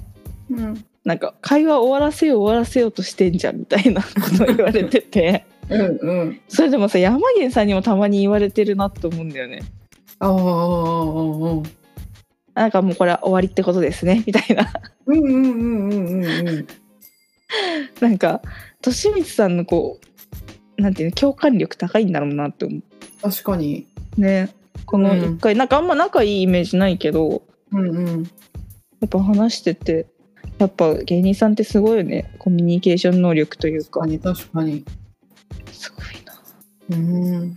Speaker 2: うん
Speaker 1: なんか会話終わらせよう終わらせようとしてんじゃんみたいなことを言われてて
Speaker 2: うんうん
Speaker 1: それでもさ山源さんにもたまに言われてるなと思うんだよね
Speaker 2: ああうん
Speaker 1: なんかもうこれは終わりってことですねみたいな
Speaker 2: うんうんうんうんうん
Speaker 1: なんか利光さんのこうなんていうの共感力高いんだろうなって思
Speaker 2: 確かに
Speaker 1: うねこ
Speaker 2: う
Speaker 1: の
Speaker 2: ん
Speaker 1: 一回、なんかあんま仲いいイメージないけど
Speaker 2: うんうん
Speaker 1: やっぱ話しててやっぱ芸人さんってすごいよねコミュニケーション能力という
Speaker 2: 確
Speaker 1: か
Speaker 2: かに確かに
Speaker 1: すごいな
Speaker 2: うん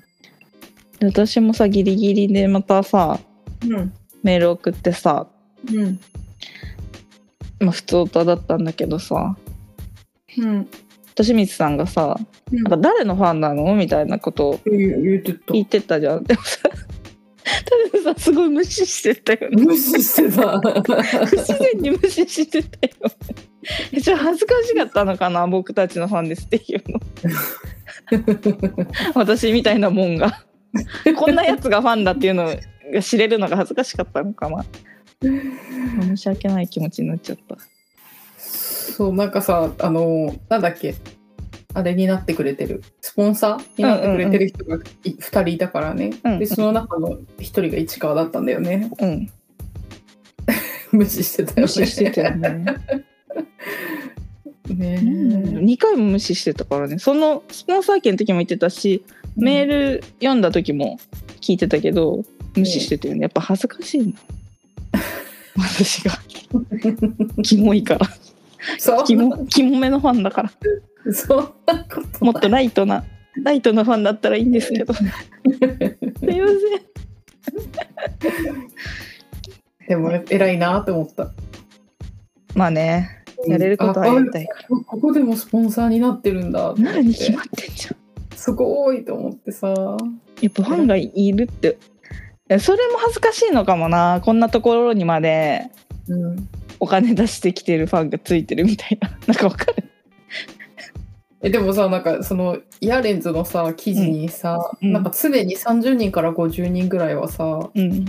Speaker 1: で私もさギリギリでまたさ
Speaker 2: うん
Speaker 1: メール送ってさ
Speaker 2: うん
Speaker 1: まあ、普通歌だったんだけどさ
Speaker 2: うん
Speaker 1: 利光さんがさ「なんか誰のファンなの?」みたいなことを
Speaker 2: 言言ってた
Speaker 1: 言ってたじゃんでもさ多分さすごい無視してたよね
Speaker 2: 無視して た
Speaker 1: 不自然に無視してたよね ちょっと恥ずかしかったのかな僕たちのファンですっていうの 私みたいなもんが こんなやつがファンだっていうのが知れるのが恥ずかしかったのかな申し訳ない気持ちになっちゃった
Speaker 2: そうなんかさあのなんだっけあれになってくれてるスポンサーになってくれてる人がい2人いたからね、
Speaker 1: うんうん
Speaker 2: でその中の1人が市川だったんだよね
Speaker 1: うん
Speaker 2: 無視してたよね
Speaker 1: 無視してたよね
Speaker 2: ね
Speaker 1: 2回も無視してたからねそのスポンサー券の時も言ってたし、メー
Speaker 2: ル
Speaker 1: ル読んだ時も聞いてたけど無視してたよねやっぱ恥ずかしい な私がキモいから
Speaker 2: そう
Speaker 1: キモキモめのファンだから
Speaker 2: そんなこと
Speaker 1: もっとライトなライトなファンだったらいいんです けどすいません
Speaker 2: でも偉いなと思った
Speaker 1: まあねやれることはやりたいから。
Speaker 2: こここでもスポンサーになってるんだと思
Speaker 1: な
Speaker 2: っ
Speaker 1: るに決
Speaker 2: て
Speaker 1: まってんじゃん。
Speaker 2: すごいと思ってさ
Speaker 1: やっぱファンがいるって。いやそれも恥ずかしいのかもな。こんなところにまで
Speaker 2: うん
Speaker 1: お金出してきてるファンがついてるみたいな。 なんかわかる。
Speaker 2: えでもさなんかそのヤーレンズのさ記事にさ、
Speaker 1: うんうん
Speaker 2: なんか常に30人から50人ぐらいはさ
Speaker 1: うん。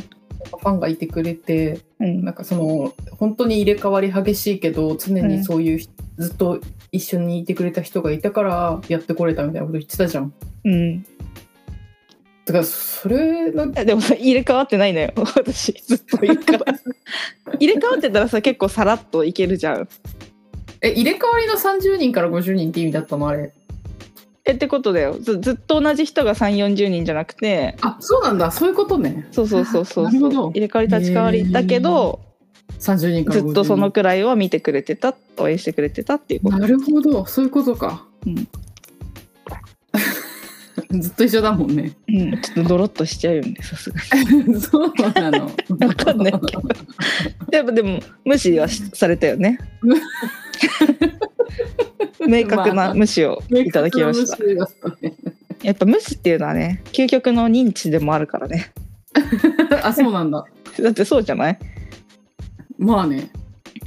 Speaker 2: ファンがいてくれて
Speaker 1: うん
Speaker 2: なんかその本当に入れ替わり激しいけど常にそういう、ずっと一緒にいてくれた人がいたからやってこれたみたいなこと言ってたじゃん。
Speaker 1: うん。い
Speaker 2: だからそれなん
Speaker 1: やでもさ、入れ替わってないのよ。 私、ずっといるから。 入れ替わってたらさ、結構さらっといけるじゃん。
Speaker 2: え入れ替わりの30人から50人って意味だったのあれ
Speaker 1: え、ってことだよ。ずずっと同じ人が3、40人じゃなくて、
Speaker 2: あそうなんだそういうことね
Speaker 1: そうそうそうそう。
Speaker 2: あなるほど
Speaker 1: 入れ替わり立ち替わりだけど、
Speaker 2: 30人から
Speaker 1: ず
Speaker 2: 50人
Speaker 1: っとそのくらいは見てくれてた、応援してくれてたっていうこと。
Speaker 2: なるほどそういうことか、 ずっと一緒だもんね
Speaker 1: うん、ちょっとドロッとしちゃうよね、さすがに。
Speaker 2: そうなの
Speaker 1: わかん ないけど。やっぱでも、無視はしされたよ ね。明確な無視をいただきました。
Speaker 2: 明確な無視だっ
Speaker 1: やっぱ無視っていうのはね、究極の認知でもあるからね。
Speaker 2: たねあそうなんだ
Speaker 1: だってそうじゃない
Speaker 2: まあね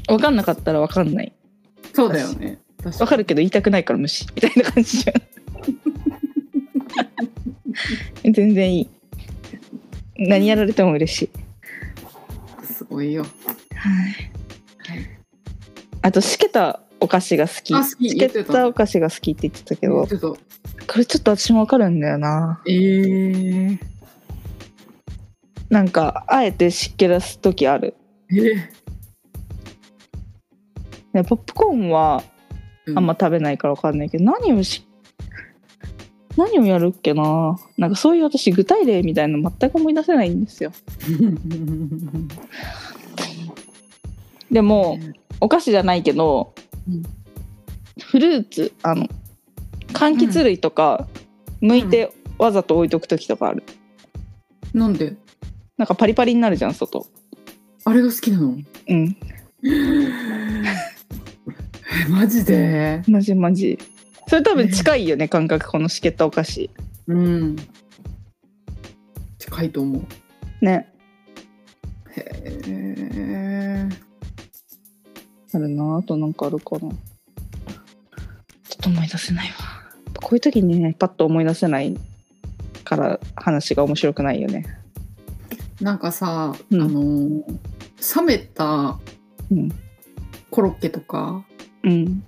Speaker 1: 分かんなかったら分かんない。
Speaker 2: そうだよね確
Speaker 1: 分かるけど言いたくないから無視。みたいな感じじゃん。 全然いい。何やられても嬉しい。
Speaker 2: すごいよ
Speaker 1: はい。あと、しけたお菓子が好き。
Speaker 2: あ好き
Speaker 1: しけ
Speaker 2: 言ってた
Speaker 1: たお菓子が好きって言ってたけど、
Speaker 2: ちょっと
Speaker 1: これちょっと私も分かるんだよな。
Speaker 2: えー、
Speaker 1: なんか、あえて湿気出す時ある。
Speaker 2: えー
Speaker 1: ねポップコーンは
Speaker 2: うん
Speaker 1: あんま食べないから分かんないけど、何をし何をやるっけななんかそういう私具体例みたいなの全く思い出せないんですよでもお菓子じゃないけど、
Speaker 2: うん
Speaker 1: フルーツあの柑橘類とか剥いてわざと置いとく時とかある、
Speaker 2: なんで
Speaker 1: なんかパリパリになるじゃん外
Speaker 2: あれが好きなの
Speaker 1: うん
Speaker 2: えマジで
Speaker 1: マジマジそれ多分近いよね、感覚このしけったお菓子
Speaker 2: うん近いと思う
Speaker 1: ね
Speaker 2: へえ
Speaker 1: あるなあとなんかあるかなちょっと思い出せないわこういう時にねパッと思い出せないから話が面白くないよね
Speaker 2: なんかさ、
Speaker 1: うん
Speaker 2: あの冷めた
Speaker 1: うん
Speaker 2: コロッケとか
Speaker 1: うん、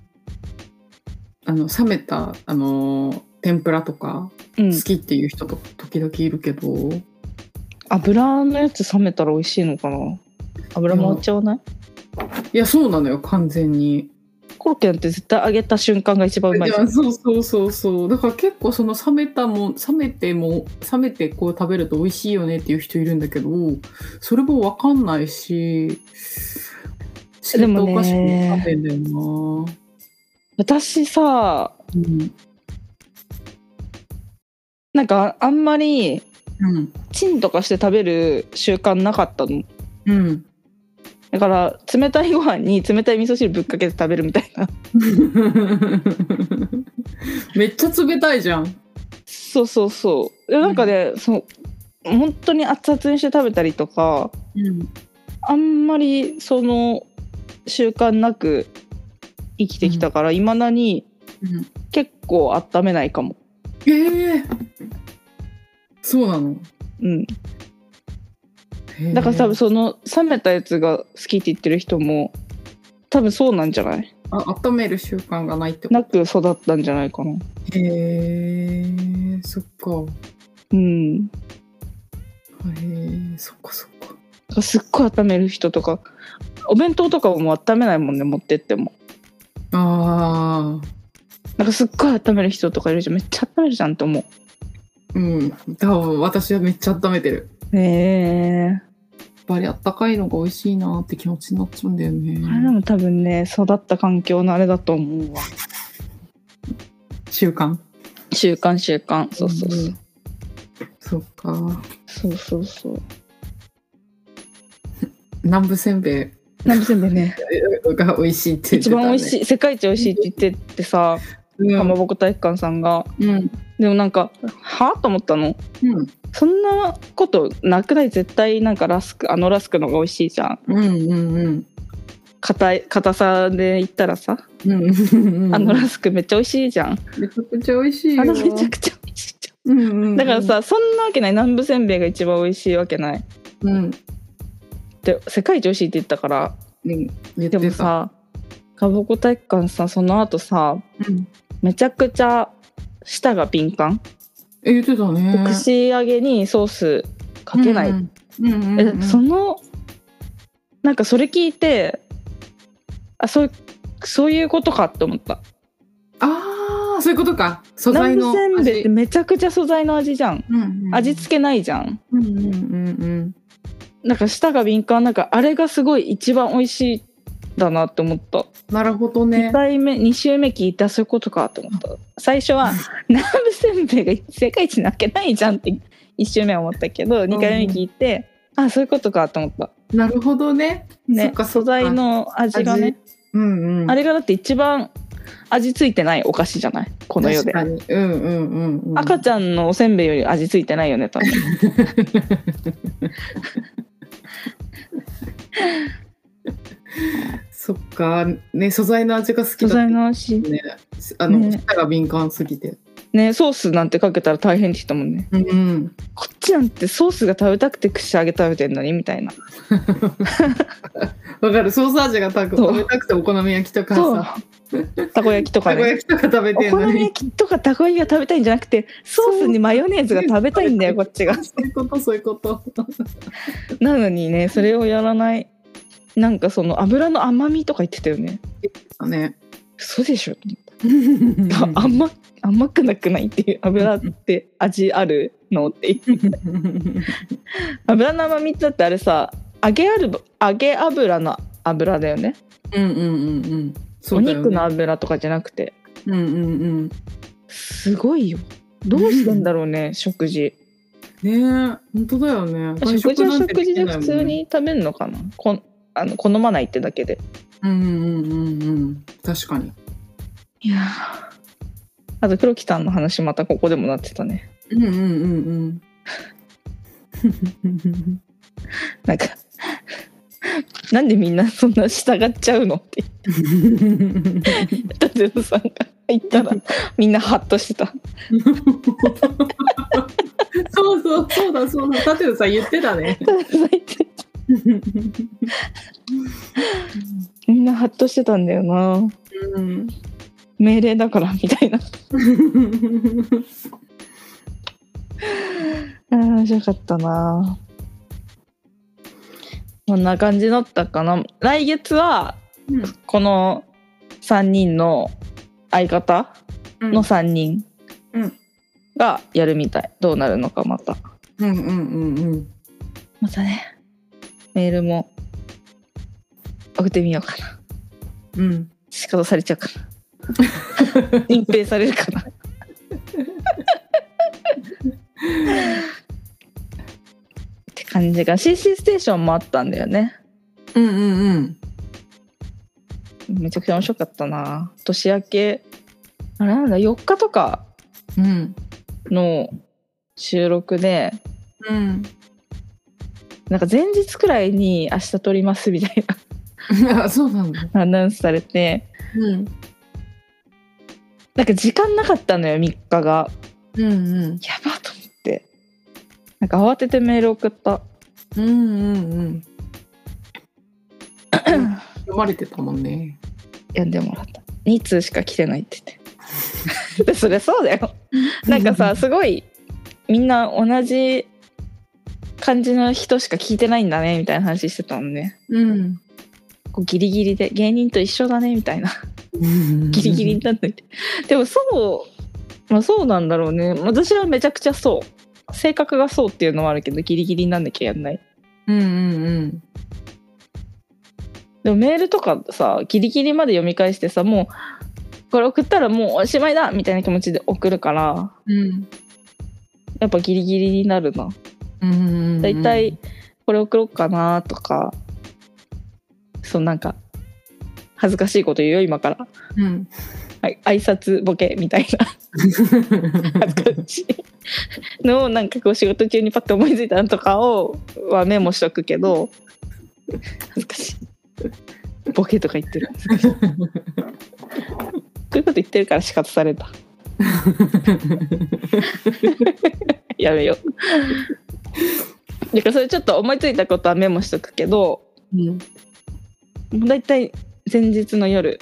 Speaker 2: あの冷めたあの天ぷらとか
Speaker 1: うん、
Speaker 2: 好きっていう人と時々いるけど、
Speaker 1: 油のやつ冷めたら美味しいのかな油回っちゃわない
Speaker 2: いやそうなのよ完全に
Speaker 1: コロッケなんて絶対揚げた瞬間が一番うまい
Speaker 2: い
Speaker 1: じゃ
Speaker 2: や
Speaker 1: ん
Speaker 2: そうそうそうそうだから結構その冷めたもん冷めても冷めてこう食べると美味しいよねっていう人いるんだけどそれも分かんないし
Speaker 1: でも
Speaker 2: 知ったお菓子も
Speaker 1: ね
Speaker 2: 食べんだよな
Speaker 1: 私さ
Speaker 2: うん
Speaker 1: なんかああんまり
Speaker 2: うん
Speaker 1: チンとかして食べる習慣なかったの
Speaker 2: うん
Speaker 1: だから冷たいご飯 に冷たい味噌汁ぶっかけて食べるみたいな
Speaker 2: めっちゃ冷たいじゃん。
Speaker 1: そうそうそういやなんかね、そう本当に熱々にして食べたりとか
Speaker 2: うん、
Speaker 1: あんまりその習慣なく生きてきたからいま、未だに結構温めないかも
Speaker 2: ええそうなの。
Speaker 1: うんだから多分その冷めたやつが好きって言ってる人も多分そうなんじゃない
Speaker 2: あ温める習慣がないってこ
Speaker 1: なく育ったんじゃないかな
Speaker 2: と。へえそっか。
Speaker 1: うんだ
Speaker 2: へえそっかそっか。
Speaker 1: からすっごい温める人とかお弁当とかも温めないもんね持ってっても
Speaker 2: ああ、
Speaker 1: なんかすっごい温める人とかいるじゃんめっちゃ温めるじゃんって思
Speaker 2: うん。多分私はめっちゃ温めてる。
Speaker 1: うへえ
Speaker 2: やっぱりあったかいのが美味しいなって気持ちになっちゃうんだよね。
Speaker 1: あれでも多分ね育った環境のあれだと思うわ
Speaker 2: 習慣。
Speaker 1: 習慣習慣そうそうそう、
Speaker 2: んそっか。
Speaker 1: そうそうそう
Speaker 2: 南部せんべい
Speaker 1: 南部せんべい ね
Speaker 2: が美味しいって言っ
Speaker 1: 一
Speaker 2: てた、ね。
Speaker 1: 番美味しい世界一美味しいって言っててさ
Speaker 2: う
Speaker 1: かま
Speaker 2: ん。
Speaker 1: ぼこ体育館さんが
Speaker 2: うん。
Speaker 1: でもなんかはあと思ったの
Speaker 2: うん。
Speaker 1: そんなことなくない絶対なんかラスクあのラスクの方が美味しいじゃん
Speaker 2: うん。うん。
Speaker 1: 硬い硬さで言ったらさ、
Speaker 2: うん。
Speaker 1: あのラスクめっちゃ美味しいじゃん、
Speaker 2: めちゃくちゃ美味しいよ。
Speaker 1: あのめちゃくちゃ美味しいじゃん
Speaker 2: うんうんうん
Speaker 1: だから、さそんなわけない南部せんべいが一番美味しいわけない
Speaker 2: うん。
Speaker 1: で世界一美味しいって言ったから
Speaker 2: うん。言っ
Speaker 1: でも
Speaker 2: てた。
Speaker 1: さかぼこ体育館さその後さ
Speaker 2: うん
Speaker 1: めちゃくちゃ舌が敏感、
Speaker 2: え、言ってたね。
Speaker 1: 串揚げにソースかけない、
Speaker 2: うんうんうんうんうん
Speaker 1: えそのなんかそれ聞いてあそうそういうことかって思った
Speaker 2: ああ、そういうことか。素材
Speaker 1: 南
Speaker 2: の
Speaker 1: 部
Speaker 2: 味。
Speaker 1: せんべいってめちゃくちゃ素材の味じゃん
Speaker 2: うんうんうん
Speaker 1: 味付けないじゃん
Speaker 2: うんうんうん
Speaker 1: なんか舌が敏感なんかあれがすごい一番美味しいだなって思った
Speaker 2: うん。なるほど
Speaker 1: 2
Speaker 2: ね。
Speaker 1: 回目2週目聞いたそういうことかと思った最初は南部せんべいが世界一なわけないじゃんって1週目は思ったけど2回目聞いて、あそういうことかと思った、
Speaker 2: なるほどね。そ
Speaker 1: ね
Speaker 2: っ、かそ
Speaker 1: 素
Speaker 2: っか
Speaker 1: 材の味がね。
Speaker 2: うんうん。
Speaker 1: あれがだって一番味付いてないお菓子じゃないこの世で
Speaker 2: 確かに。うんうんうんうん。
Speaker 1: 赤ちゃんのおせんべいより味付いてないよね多分
Speaker 2: そっか。ね、素材の味が好き
Speaker 1: 素
Speaker 2: だっ
Speaker 1: 材
Speaker 2: て
Speaker 1: の味
Speaker 2: ね。あの、
Speaker 1: ね
Speaker 2: 舌が敏感すぎて。
Speaker 1: ねソースなんてかけたら大変って人もんね
Speaker 2: うんうん。
Speaker 1: こっちなんてソースが食べたくて串揚げ食べてんのにみたいな
Speaker 2: わかる。ソース味がたく
Speaker 1: そう
Speaker 2: 食べたくてお好み焼きとか
Speaker 1: そう
Speaker 2: さ。
Speaker 1: たこ焼きとか
Speaker 2: たこ
Speaker 1: ね
Speaker 2: 焼きとか食べ
Speaker 1: お
Speaker 2: てん
Speaker 1: 好
Speaker 2: の
Speaker 1: み
Speaker 2: に。
Speaker 1: 焼きとかたこ焼きが食べたいんじゃなくてソースにマヨネーズが食べたいんだよこっちが
Speaker 2: そういうこと、そういうこと。
Speaker 1: なのにねそれをやらないなんかその油の甘みとか言ってたよね
Speaker 2: ね。
Speaker 1: 嘘でしょ、甘甘くなくないっていう油って味あるのっていう油の甘みってだってあれさ揚げある揚げ油の油だよね
Speaker 2: うんうんうんうん。そ
Speaker 1: お
Speaker 2: うだよね
Speaker 1: 肉の油とかじゃなくて
Speaker 2: うんうん
Speaker 1: すごいよどうしてんだろうね食事
Speaker 2: うん。ねえ、本当だよね。
Speaker 1: 食事は
Speaker 2: なんて
Speaker 1: 食事で
Speaker 2: きない
Speaker 1: 普
Speaker 2: もんね
Speaker 1: 通。に食べるのかなこんあの好まないってだけで
Speaker 2: うんうんうんうん。確かに。
Speaker 1: いやーあと黒木さんの話またここでもなってたね
Speaker 2: うん うんうんうん。
Speaker 1: なんかなんでみんなそんな従っちゃうのって言ったゼロさんが言った らみんなハッとしてた
Speaker 2: そうそうそうだそうだ。舘野さん言ってた ね。
Speaker 1: みんなハッとしてたんだよな
Speaker 2: うん。
Speaker 1: 命令だからみたいなあー面白かったなこんな感じだったかな来月はこの3人の相方の3人
Speaker 2: うん
Speaker 1: がやるみたいどうなるのかまた
Speaker 2: うんうんうんうん。
Speaker 1: またねメールも送ってみようかな
Speaker 2: うん。
Speaker 1: 仕方されちゃうか な隠蔽されるかなって感じが CC ステーションもあったんだよね
Speaker 2: うんうんうん。
Speaker 1: めちゃくちゃ面白かったな年明けあれなんだ4日とか
Speaker 2: うん。
Speaker 1: の収録で
Speaker 2: うん。
Speaker 1: なんか前日くらいに明日撮りますみたい
Speaker 2: あ、そうなんだ。
Speaker 1: なアナウンスされて
Speaker 2: うん。
Speaker 1: なんか時間なかったのよ3日が
Speaker 2: うんうん。
Speaker 1: やばと思ってなんか慌ててメール送った
Speaker 2: うんうんうん。読まれてたもんね。
Speaker 1: 読んでもらった2通しか来てないって言って でそれそうだよなんかさ、すごいみんな同じ感じの人しか聞いてないんだねみたいな話してたのね
Speaker 2: うん。
Speaker 1: こうギリギリで芸人と一緒だねみたいなギリギリに。なっといてでもそうまあそうなんだろうね私はめちゃくちゃそう性格がそうっていうのもあるけどギリギリになんなきゃやんない
Speaker 2: うんうんうん。
Speaker 1: でもメールとかさギリギリまで読み返してさもうこれ送ったらもうおしまいだみたいな気持ちで送るから
Speaker 2: うん。
Speaker 1: やっぱギリギリになるな
Speaker 2: うん。
Speaker 1: だいたいこれ送ろうかなとかそうなんか恥ずかしいこと言うよ今から、
Speaker 2: うん。
Speaker 1: はい、挨拶ボケみたいな恥ずかしいのをなんかこう仕事中にパッと思いついたのとかをはメモしとくけど恥ずかしいボケとか言ってる恥ずかしいこういうこと言ってるから仕方されたやめようだからそれちょっと思いついたことはメモしとくけど
Speaker 2: うん。
Speaker 1: もう大体前日の夜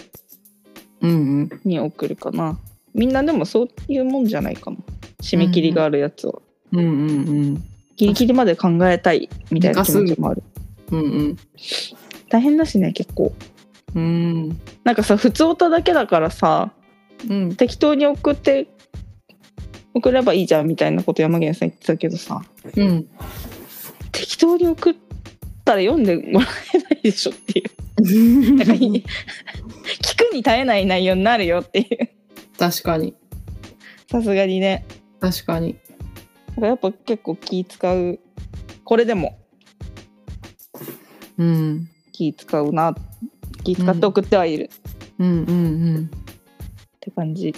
Speaker 2: うん。
Speaker 1: に送るかなみんなでもそういうもんじゃないかな締め切りがあるやつは、
Speaker 2: うん。うん。うん。
Speaker 1: ギリギリまで考えたいみたいな気持ちもある
Speaker 2: うん。
Speaker 1: 大変だしね結構
Speaker 2: うん。
Speaker 1: なんかさ普通歌だけだからさ
Speaker 2: うん。
Speaker 1: 適当に送って送ればいいじゃんみたいなこと山源さん言ってたけどさ
Speaker 2: うん。
Speaker 1: 適当に送ったら読んでもらえないでしょっていうなんかい聞くに耐えない内容になるよっていう
Speaker 2: 確かに。
Speaker 1: さすがにね
Speaker 2: 確かに。
Speaker 1: だからやっぱ結構気使うこれでも
Speaker 2: うん。
Speaker 1: 気使うな気使って送ってはいる、っ
Speaker 2: うん。うん。
Speaker 1: て感じ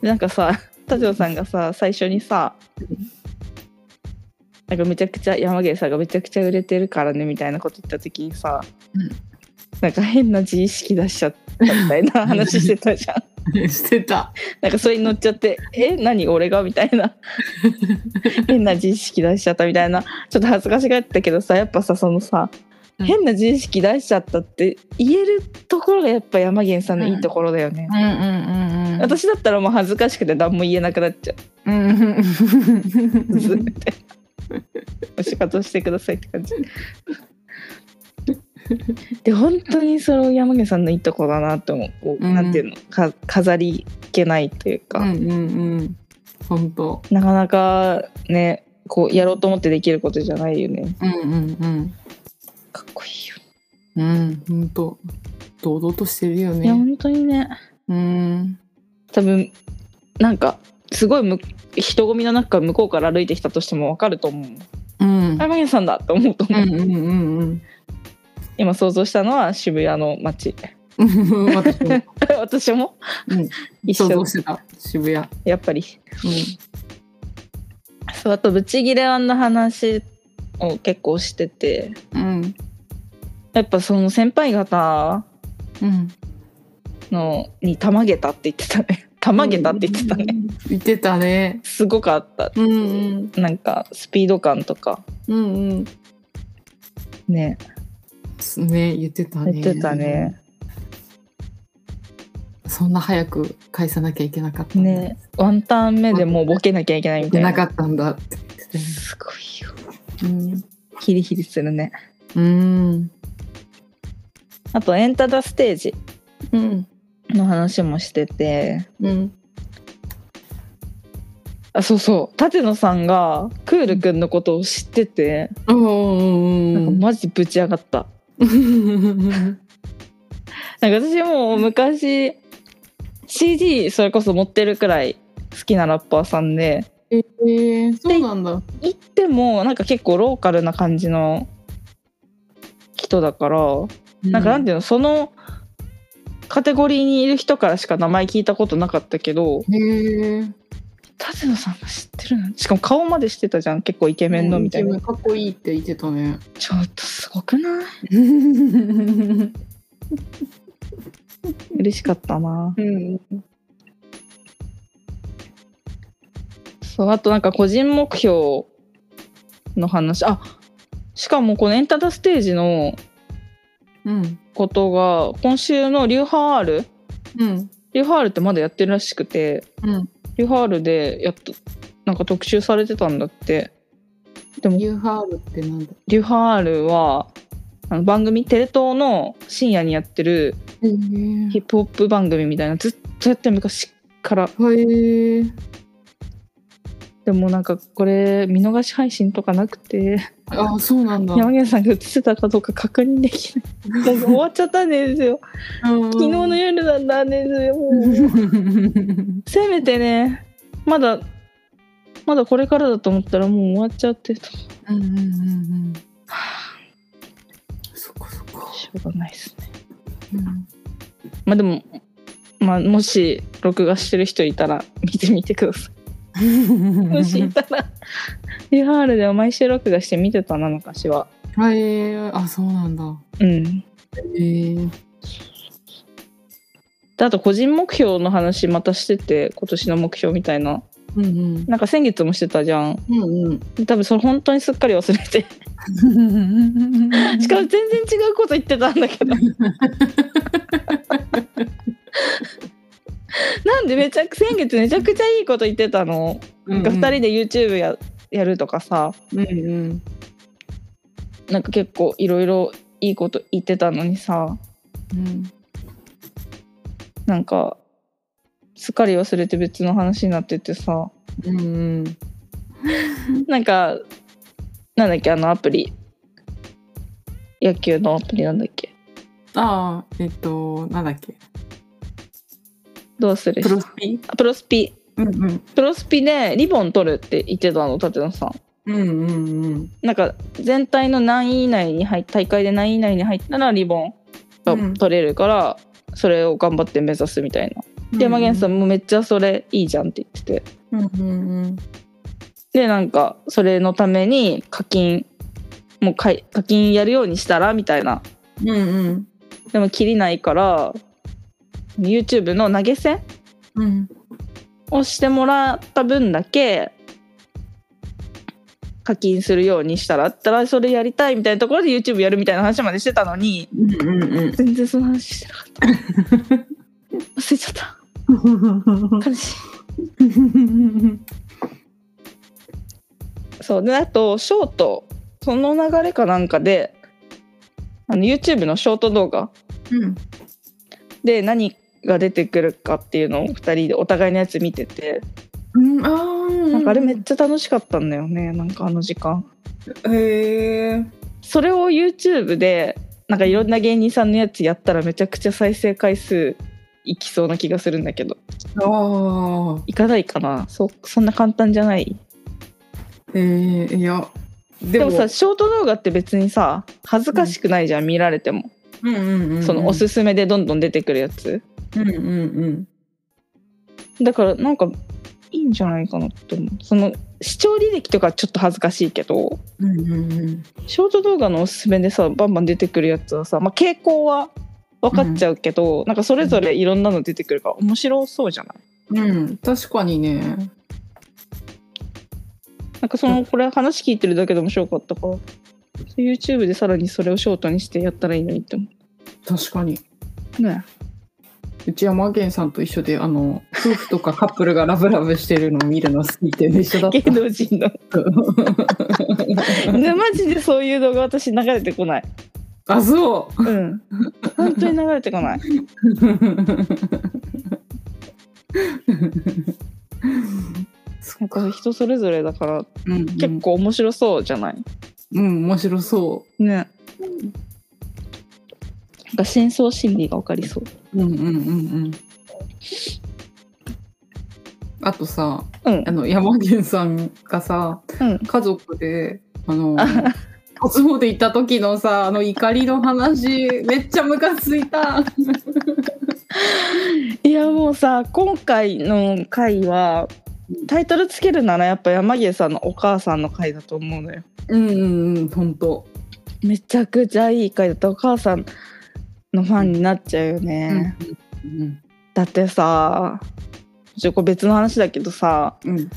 Speaker 1: なんかさ田城さんがさ最初にさなんかめちゃくちゃ山毛さんがめちゃくちゃ売れてるからねみたいなこと言った時にさ、
Speaker 2: うん
Speaker 1: なんか変な自意識出しちゃったみたいな話してたじゃん
Speaker 2: うん。してた。
Speaker 1: なんかそれに乗っちゃ って「え何俺が?」みたいな変な自意識出しちゃったみたいなちょっと恥ずかしがってたけどさやっぱさそのさ、
Speaker 2: うん
Speaker 1: 変な自意識出しちゃったって言えるところがやっぱ山源さんのいいところだよね、
Speaker 2: うん。うん。うん。
Speaker 1: 私だったらもう恥ずかしくて何も言えなくなっちゃ
Speaker 2: うん。
Speaker 1: うずっ とお仕事してくださいって感じで本当にそれを山源さんのいいとこだなと思うこう、
Speaker 2: うん
Speaker 1: なんていうのか飾り気ないというか、
Speaker 2: うん。うん。本当。
Speaker 1: なかなかねこうやろうと思ってできることじゃないよね
Speaker 2: うん。うん。うん。
Speaker 1: かっこいいよ
Speaker 2: うん、ほんと。堂々としてるよ
Speaker 1: いや
Speaker 2: ね。
Speaker 1: 本当にね
Speaker 2: うん。
Speaker 1: 多分なんかすごいむ人混みの中向こうから歩いてきたとしても分かると思う
Speaker 2: うん。
Speaker 1: あマゲさんだと思うと
Speaker 2: う
Speaker 1: 思う、
Speaker 2: んうんうん
Speaker 1: 今想像したのは渋谷の街
Speaker 2: うん。私も
Speaker 1: 私も 一緒
Speaker 2: 想像してた。渋谷。
Speaker 1: やっぱりそうあとブチギレあんの話を結構してて
Speaker 2: うん。うん。
Speaker 1: やっぱその先輩方
Speaker 2: うん。
Speaker 1: のにたまげたって言ってたねたまげたって言ってたね、。
Speaker 2: 言ってたね。
Speaker 1: すごかった
Speaker 2: うんうん。
Speaker 1: なんかスピード感とか
Speaker 2: うんうん。
Speaker 1: ね
Speaker 2: すね、言ってたね。
Speaker 1: 言ってたね。
Speaker 2: そんな早く返さなきゃいけなかったんだ。
Speaker 1: ねワンターン目でもうボケなきゃいけないみたい
Speaker 2: 出
Speaker 1: な
Speaker 2: なかったんだって言ってたね
Speaker 1: すごいよヒリヒリするね
Speaker 2: うん。
Speaker 1: あとエンタダステージ
Speaker 2: うん。
Speaker 1: の話もしてて
Speaker 2: うん。
Speaker 1: あそうそう舘野さんがクールくんのことを知ってて、
Speaker 2: うん。
Speaker 1: なんか
Speaker 2: うん。
Speaker 1: マジぶち上がった
Speaker 2: うん。
Speaker 1: なんか私もう昔 CD それこそ持ってるくらい好きなラッパーさんで
Speaker 2: えー、そうなんだ。
Speaker 1: 行ってもなんか結構ローカルな感じの人だから、なんかなんていうのそのカテゴリーにいる人からしか名前聞いたことなかったけど
Speaker 2: へえ。
Speaker 1: 舘野さんが知ってるのしかも顔までしてたじゃん結構イケメンのみたいな、
Speaker 2: イケメンかっこいいって言ってたね。
Speaker 1: ちょっとすごくない
Speaker 2: うん。
Speaker 1: 嬉しかったなそうあとなんか個人目標の話あしかもこのエンタータステージの
Speaker 2: うん。
Speaker 1: ことが今週のリューハール
Speaker 2: うん。
Speaker 1: リューハールってまだやってるらしくて
Speaker 2: うん。
Speaker 1: リューハールでやっとなんか特集されてたんだってでも
Speaker 2: UFR ってなんだ
Speaker 1: リュハールはあの番組テレ東の深夜にやってる
Speaker 2: へ
Speaker 1: ヒップホップ番組みたいなずっとやってる昔から
Speaker 2: え。へえ。
Speaker 1: でもなんかこれ見逃し配信とかなくて
Speaker 2: あ、そうなんだ。
Speaker 1: 山源さんが映ってたかどうか確認できないなんか終わっちゃったんですよ
Speaker 2: 昨
Speaker 1: 昨日の夜なんだんですよもうせめてねまだまだこれからだと思ったらもう終わっちゃってたし
Speaker 2: うんうんうんうん。そっかそっか。
Speaker 1: ょうがないですね
Speaker 2: うん
Speaker 1: まあでもまあもし録画してる人いたら見てみてくださいもしいたら UR では毎週録画して見てたな昔は
Speaker 2: あえー、あそうなんだ。
Speaker 1: うん
Speaker 2: えー、
Speaker 1: であと個人目標の話またしてて今年の目標みたいな
Speaker 2: うんうん。
Speaker 1: なんか先月もしてたじゃん
Speaker 2: うんうん。
Speaker 1: 多分それ本当にすっかり忘れてしかも全然違うこと言ってたんだけ どなんでめちゃく先月めちゃくちゃいいこと言ってたの、
Speaker 2: うん
Speaker 1: なんか2人で YouTube ややるとかさ
Speaker 2: うんうん。
Speaker 1: なんか結構いろいろいいこと言ってたのにさ
Speaker 2: うん
Speaker 1: なんかすっかり忘れて別の話になっててさ
Speaker 2: うんうん。
Speaker 1: なんかなんだっけあのアプリ野球のアプリなんだっけ
Speaker 2: ああ、えっと、なんだっけ。
Speaker 1: どうする
Speaker 2: プロスピ
Speaker 1: あプロスピ
Speaker 2: うんうん。
Speaker 1: プロスピでリボン取るって言ってたの舘野さん
Speaker 2: うんうんうん。
Speaker 1: なんか全体の何位以内に入っ大会で何位以内に入ったらリボンが
Speaker 2: うん
Speaker 1: 取れるから、それを頑張って目指すみたいな、で山源さんもめっちゃそれいいじゃんって言ってて
Speaker 2: うんうんうん。
Speaker 1: でなんかそれのために課金もうかい課金やるようにしたらみたいな
Speaker 2: うんうん。
Speaker 1: でも切りないから YouTube の投げ銭
Speaker 2: うん
Speaker 1: をしてもらった分だけ課金するようにしたらあったらそれやりたいみたいなところで YouTube やるみたいな話までしてたのに
Speaker 2: うんうん
Speaker 1: 全然その話してなかった忘れちゃった
Speaker 2: うん。
Speaker 1: 悲しいそうであとショートその流れかなんかであの YouTube のショート動画
Speaker 2: うん
Speaker 1: で何が出てくるかっていうのを2人でお互いのやつ見てて
Speaker 2: うん、あー
Speaker 1: なんかあれめっちゃ楽しかったんだよねなんかあの時間
Speaker 2: へえ
Speaker 1: それを YouTube でなんかいろんな芸人さんのやつやったらめちゃくちゃ再生回数いきそうな気がするんだけど
Speaker 2: ああ
Speaker 1: いかないかなそそんな簡単じゃない
Speaker 2: えー、いやで
Speaker 1: でもさショート動画って別にさ恥ずかしくないじゃん、見られても
Speaker 2: うんうんうんうん、
Speaker 1: そのおすすめでどんどん出てくるやつ
Speaker 2: うんうんうん
Speaker 1: だからなんかいいんじゃないかなって思うその視聴履歴とかちょっと恥ずかしいけど
Speaker 2: うんうんうん
Speaker 1: ショート動画のおすすめでさバンバン出てくるやつはさ、まあ、傾向は分かっちゃうけど、なんかそれぞれいろんなの出てくるから面白そうじゃない
Speaker 2: うん確かにね
Speaker 1: なんかそのこれ話聞いてるだけで面白かったから YouTube でさらにそれをショートにしてやったらいいのにって思
Speaker 2: 確かに
Speaker 1: うね
Speaker 2: うち山源さんと一緒であの夫婦とかカップルがラブラブしてるのを見るの好きっていうの一緒だっ
Speaker 1: 芸能人の
Speaker 2: た
Speaker 1: ねマジでそういう動画私流れてこない
Speaker 2: あそ
Speaker 1: うん本当に流れてこないうなんか人それぞれだから
Speaker 2: うん
Speaker 1: 結構面白そうじゃない、
Speaker 2: うん、面白そ
Speaker 1: ねなんか深層心理が分かりそう
Speaker 2: う。うんうんうんうん。あとさ、
Speaker 1: うん
Speaker 2: あの山源さんがさ、
Speaker 1: うん
Speaker 2: 家族であの初詣行った時のさ、あの怒り の話、めっちゃムカついた。
Speaker 1: いやもうさ今回の回はタイトルつけるならやっぱ山毛さんのお母さんの回だと思うのよ
Speaker 2: うんうんうん、本当。
Speaker 1: めちゃくちゃいい回だったお母さんのファンになっちゃうよ
Speaker 2: う
Speaker 1: ね、
Speaker 2: んうん
Speaker 1: だってさちょこれ別の話だけどさ
Speaker 2: うん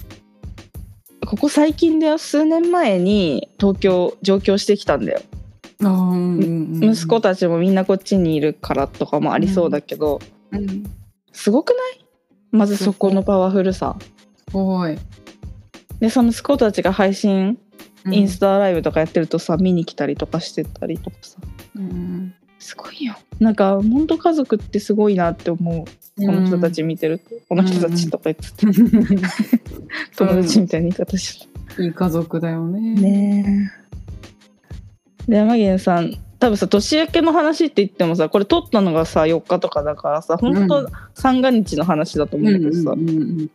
Speaker 1: ここ最近では数年前に東京上京してきたんだよ、
Speaker 2: あーうんうんうん。
Speaker 1: 息子たちもみんなこっちにいるからとかもありそうだけど、
Speaker 2: うん。
Speaker 1: すごくないまずそこのパワフルさ
Speaker 2: おい。
Speaker 1: でその息子たちが配信
Speaker 2: うん
Speaker 1: インスタライブとかやってるとさ、見に来たりとかしてたりとかさ
Speaker 2: うん
Speaker 1: すごいよなんかほんと家族ってすごいなって思う
Speaker 2: うん
Speaker 1: この人たち見てると、この人たちとか言ってて、 友達みたいな言い方してた、
Speaker 2: いい家族だよね。
Speaker 1: ねえで山源さん多分さ年明けの話って言ってもさこれ撮ったのがさ4日とかだからさ本当
Speaker 2: うん
Speaker 1: 三が日の話だと思うんだけどさ、
Speaker 2: うんうんうん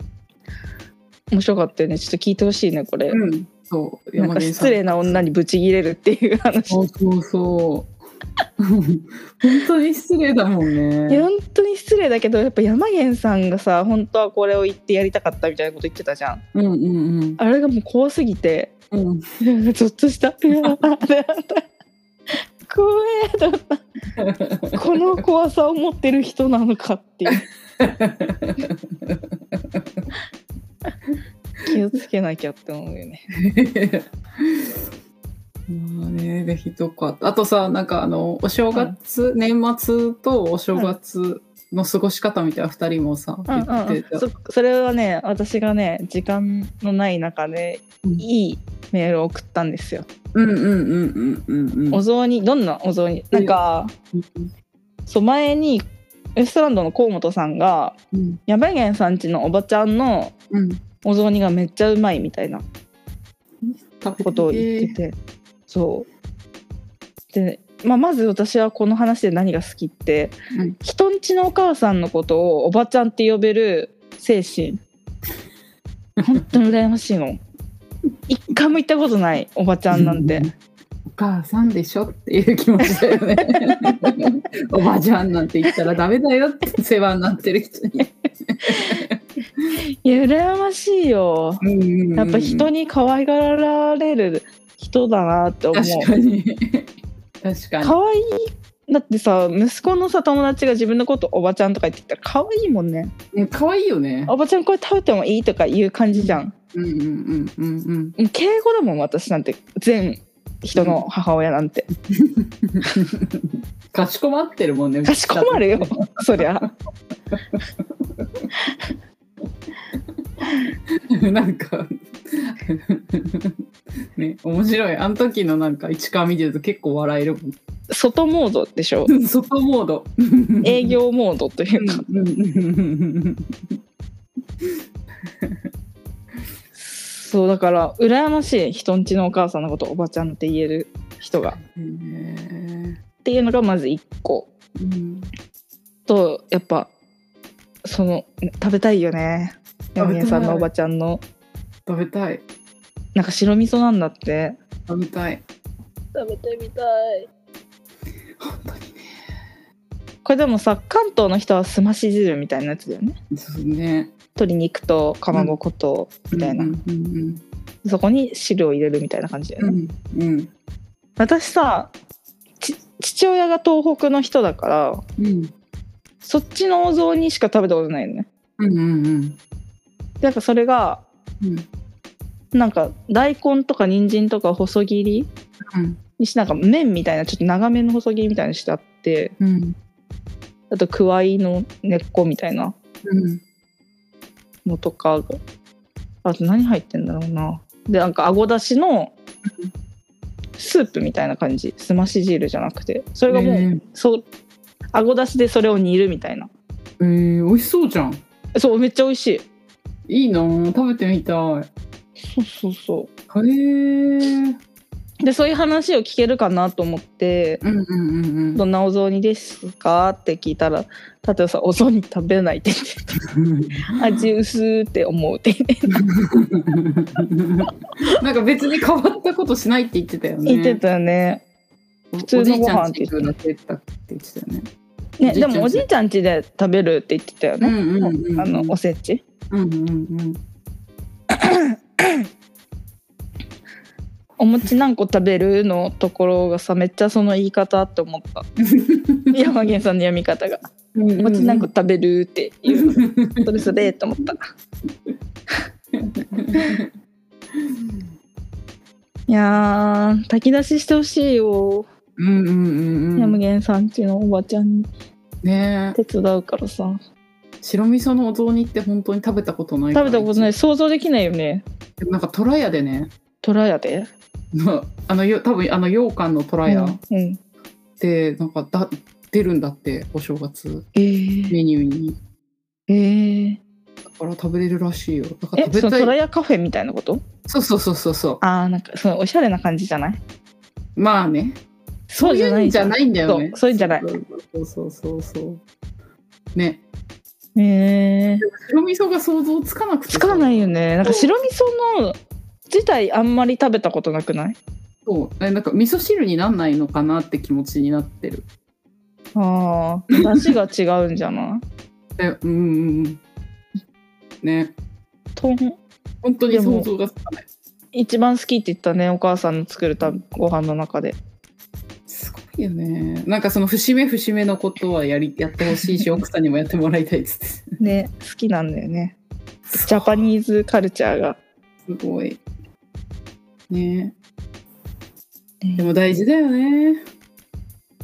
Speaker 1: 面白かったよねちょっと聞いてほしいねこれ、
Speaker 2: うん、そう、
Speaker 1: なん
Speaker 2: 山
Speaker 1: か
Speaker 2: 源さ
Speaker 1: 失
Speaker 2: ん。
Speaker 1: 礼な女にブチギレるっていう話
Speaker 2: そうそうそう。 本当に失礼だもん
Speaker 1: いや
Speaker 2: ね。
Speaker 1: 本当に失礼だけどやっぱ山源さんがさ本当はこれを言ってやりたかったみたいなこと言ってたじゃん
Speaker 2: うんうん
Speaker 1: あれがもう怖すぎて
Speaker 2: うん。うん、
Speaker 1: なんかゾッとしたうわーってなった怖えと思ったこの怖さを持ってる人なのかっていう気をつけなきゃって思うよね
Speaker 2: まあね、ぜひとか。あとさ、なんかあの、お正月、年末とお正月の過ごし方みたいな二人もさ、
Speaker 1: うん
Speaker 2: 言
Speaker 1: うん
Speaker 2: って
Speaker 1: うん
Speaker 2: た。
Speaker 1: そそれはね私がね時間のない中で
Speaker 2: うん
Speaker 1: いいメールを送ったんですよ、
Speaker 2: うんうんうんうんうんうん。
Speaker 1: お雑煮どんなお雑煮なんか、そう前にウエストランドの河本さんが
Speaker 2: うん
Speaker 1: 山源さんちのおばちゃんの
Speaker 2: うん。
Speaker 1: お雑煮がめっちゃうまいみたいな
Speaker 2: 食べ
Speaker 1: ことを言ってて、そうで、まあ、まず私はこの話で何が好きって、
Speaker 2: うん
Speaker 1: 人んちのお母さんのことをおばちゃんって呼べる精神本当に羨ましい の一回も行ったことないおばちゃんなんて
Speaker 2: うお母さんでしょっていう気持ちだ よねおばちゃんなんて言ったらダメだよって世話になってる人に
Speaker 1: いや羨ましいよやっぱ人に可愛がられる人だなって思う
Speaker 2: 確かに確かに
Speaker 1: 可愛いだってさ息子のさ友達が自分のことおばちゃんとか言ってきたら可愛いもんね
Speaker 2: うん可愛いよね
Speaker 1: おばちゃんこれ食べてもいいとかいう感じじゃん。
Speaker 2: うんうんうんうんうん
Speaker 1: もう敬語だもん私なんて全人の母親なんて、
Speaker 2: かしこまってるもんね
Speaker 1: かしこまるよそりゃ
Speaker 2: なんかね面白いあの時のなんか市川見てると結構笑えるもん
Speaker 1: 外モードでしょ
Speaker 2: 外モード
Speaker 1: 営業モードというか、
Speaker 2: うんうん
Speaker 1: そうだから羨ましい人んちのお母さんのことおばちゃんって言える人がっ
Speaker 2: うんうんね
Speaker 1: ていうのがまず1個
Speaker 2: うん
Speaker 1: とやっぱその食べたいよねヤミエさんのおばちゃんの
Speaker 2: 食べたい
Speaker 1: なんか白味噌なんだって
Speaker 2: 食べたい
Speaker 1: 食べてみたい
Speaker 2: 本当にね
Speaker 1: これでもさ関東の人はすまし汁みたいなやつだよね
Speaker 2: そうね
Speaker 1: 鶏肉とかまぼことみたいな、
Speaker 2: うんうん
Speaker 1: そこに汁を入れるみたいな感じだよ
Speaker 2: う
Speaker 1: ね、
Speaker 2: んうん
Speaker 1: 私さち父親が東北の人だから
Speaker 2: うん
Speaker 1: そっちのお雑煮しか食べたことないのね
Speaker 2: うんうんうん
Speaker 1: なんかそれが
Speaker 2: うん
Speaker 1: なんか大根とか人参とか細切り
Speaker 2: うん
Speaker 1: にしてなんか麺みたいなちょっと長めの細切りみたいにしてあって
Speaker 2: うん
Speaker 1: あとくわいの根っこみたいな
Speaker 2: うん
Speaker 1: のとかあと何入ってんだろうなでなんかあごだしのスープみたいな感じすまし汁じゃなくてそれがもう、
Speaker 2: えー
Speaker 1: そうあごだしでそれを煮るみたいな
Speaker 2: えー、美味しそうじゃん
Speaker 1: そうめっちゃ美味しい
Speaker 2: いいなあ食べてみたいへ
Speaker 1: そうそうそ
Speaker 2: えうん
Speaker 1: うでそういう話を聞けるかなと思って
Speaker 2: うんうん
Speaker 1: どんなお雑煮ですかって聞いたらたとえさんお雑煮食べないって言ってた味薄って思うって言って
Speaker 2: なんか別に変わったことしないって言ってたよね
Speaker 1: 言ってたよね
Speaker 2: 普
Speaker 1: 通のご飯って
Speaker 2: 言
Speaker 1: 言ってた
Speaker 2: ってたって言ってたよね
Speaker 1: ねでも
Speaker 2: お
Speaker 1: お
Speaker 2: じ
Speaker 1: じ
Speaker 2: い
Speaker 1: いちゃん家で食べるって言ってたよ
Speaker 2: う
Speaker 1: ね、
Speaker 2: んうんうん
Speaker 1: あのおせち
Speaker 2: うんうんうん
Speaker 1: お餅何個食べるのところがさめっちゃその言い方って思った 山源さんの読み方が「お餅何個食べる?」っていうそれそれと思っ たいやー炊き出ししてほしいよ、
Speaker 2: うんうんうん
Speaker 1: ヤ
Speaker 2: う
Speaker 1: ム
Speaker 2: ん。
Speaker 1: ゲンさんちのおばちゃんに
Speaker 2: ねえ
Speaker 1: 手伝うからさ
Speaker 2: 白味噌のお雑煮って本当に食べたことないか
Speaker 1: 食
Speaker 2: ら
Speaker 1: べたことない想像できないよね
Speaker 2: でもなんかトラヤでね
Speaker 1: トラやで
Speaker 2: あのよ多分あの羊羹のトラヤっ
Speaker 1: うん、うん、
Speaker 2: てなんかだ出るんだってお正月
Speaker 1: えー、
Speaker 2: メニューに
Speaker 1: えー、
Speaker 2: だから食べれるらしいよだから
Speaker 1: えそ
Speaker 2: 食べ
Speaker 1: のト
Speaker 2: た
Speaker 1: ラ
Speaker 2: い
Speaker 1: ヤカフェみたいなこと
Speaker 2: そうそうそうそうそ
Speaker 1: あーなんかそのおしゃれな感じじゃないう
Speaker 2: まあね
Speaker 1: そうじゃ
Speaker 2: そう
Speaker 1: ない
Speaker 2: うん
Speaker 1: じ
Speaker 2: じ
Speaker 1: ゃ
Speaker 2: ゃ
Speaker 1: ん
Speaker 2: ないんだよね
Speaker 1: そうそういうんじゃない
Speaker 2: そうそうそうそうね
Speaker 1: え
Speaker 2: 白味噌が想像つかなくて
Speaker 1: つかないよねなんか白味噌の自体あんまり食べたことなくない
Speaker 2: そうえなんか味噌汁になんないのかなって気持ちになってる
Speaker 1: ああ出汁が違うんじゃない
Speaker 2: えうんうんうんね
Speaker 1: とん
Speaker 2: 本当に想像がつかない
Speaker 1: 一番好きって言ったねお母さんの作るたご飯の中です
Speaker 2: ごいよねなんかその節目節目のことはやりやってほしいし奥さんにもやってもらいたいっつって
Speaker 1: ね好きなんだよねジャパニーズカルチャーが
Speaker 2: すごいねでも大事だよね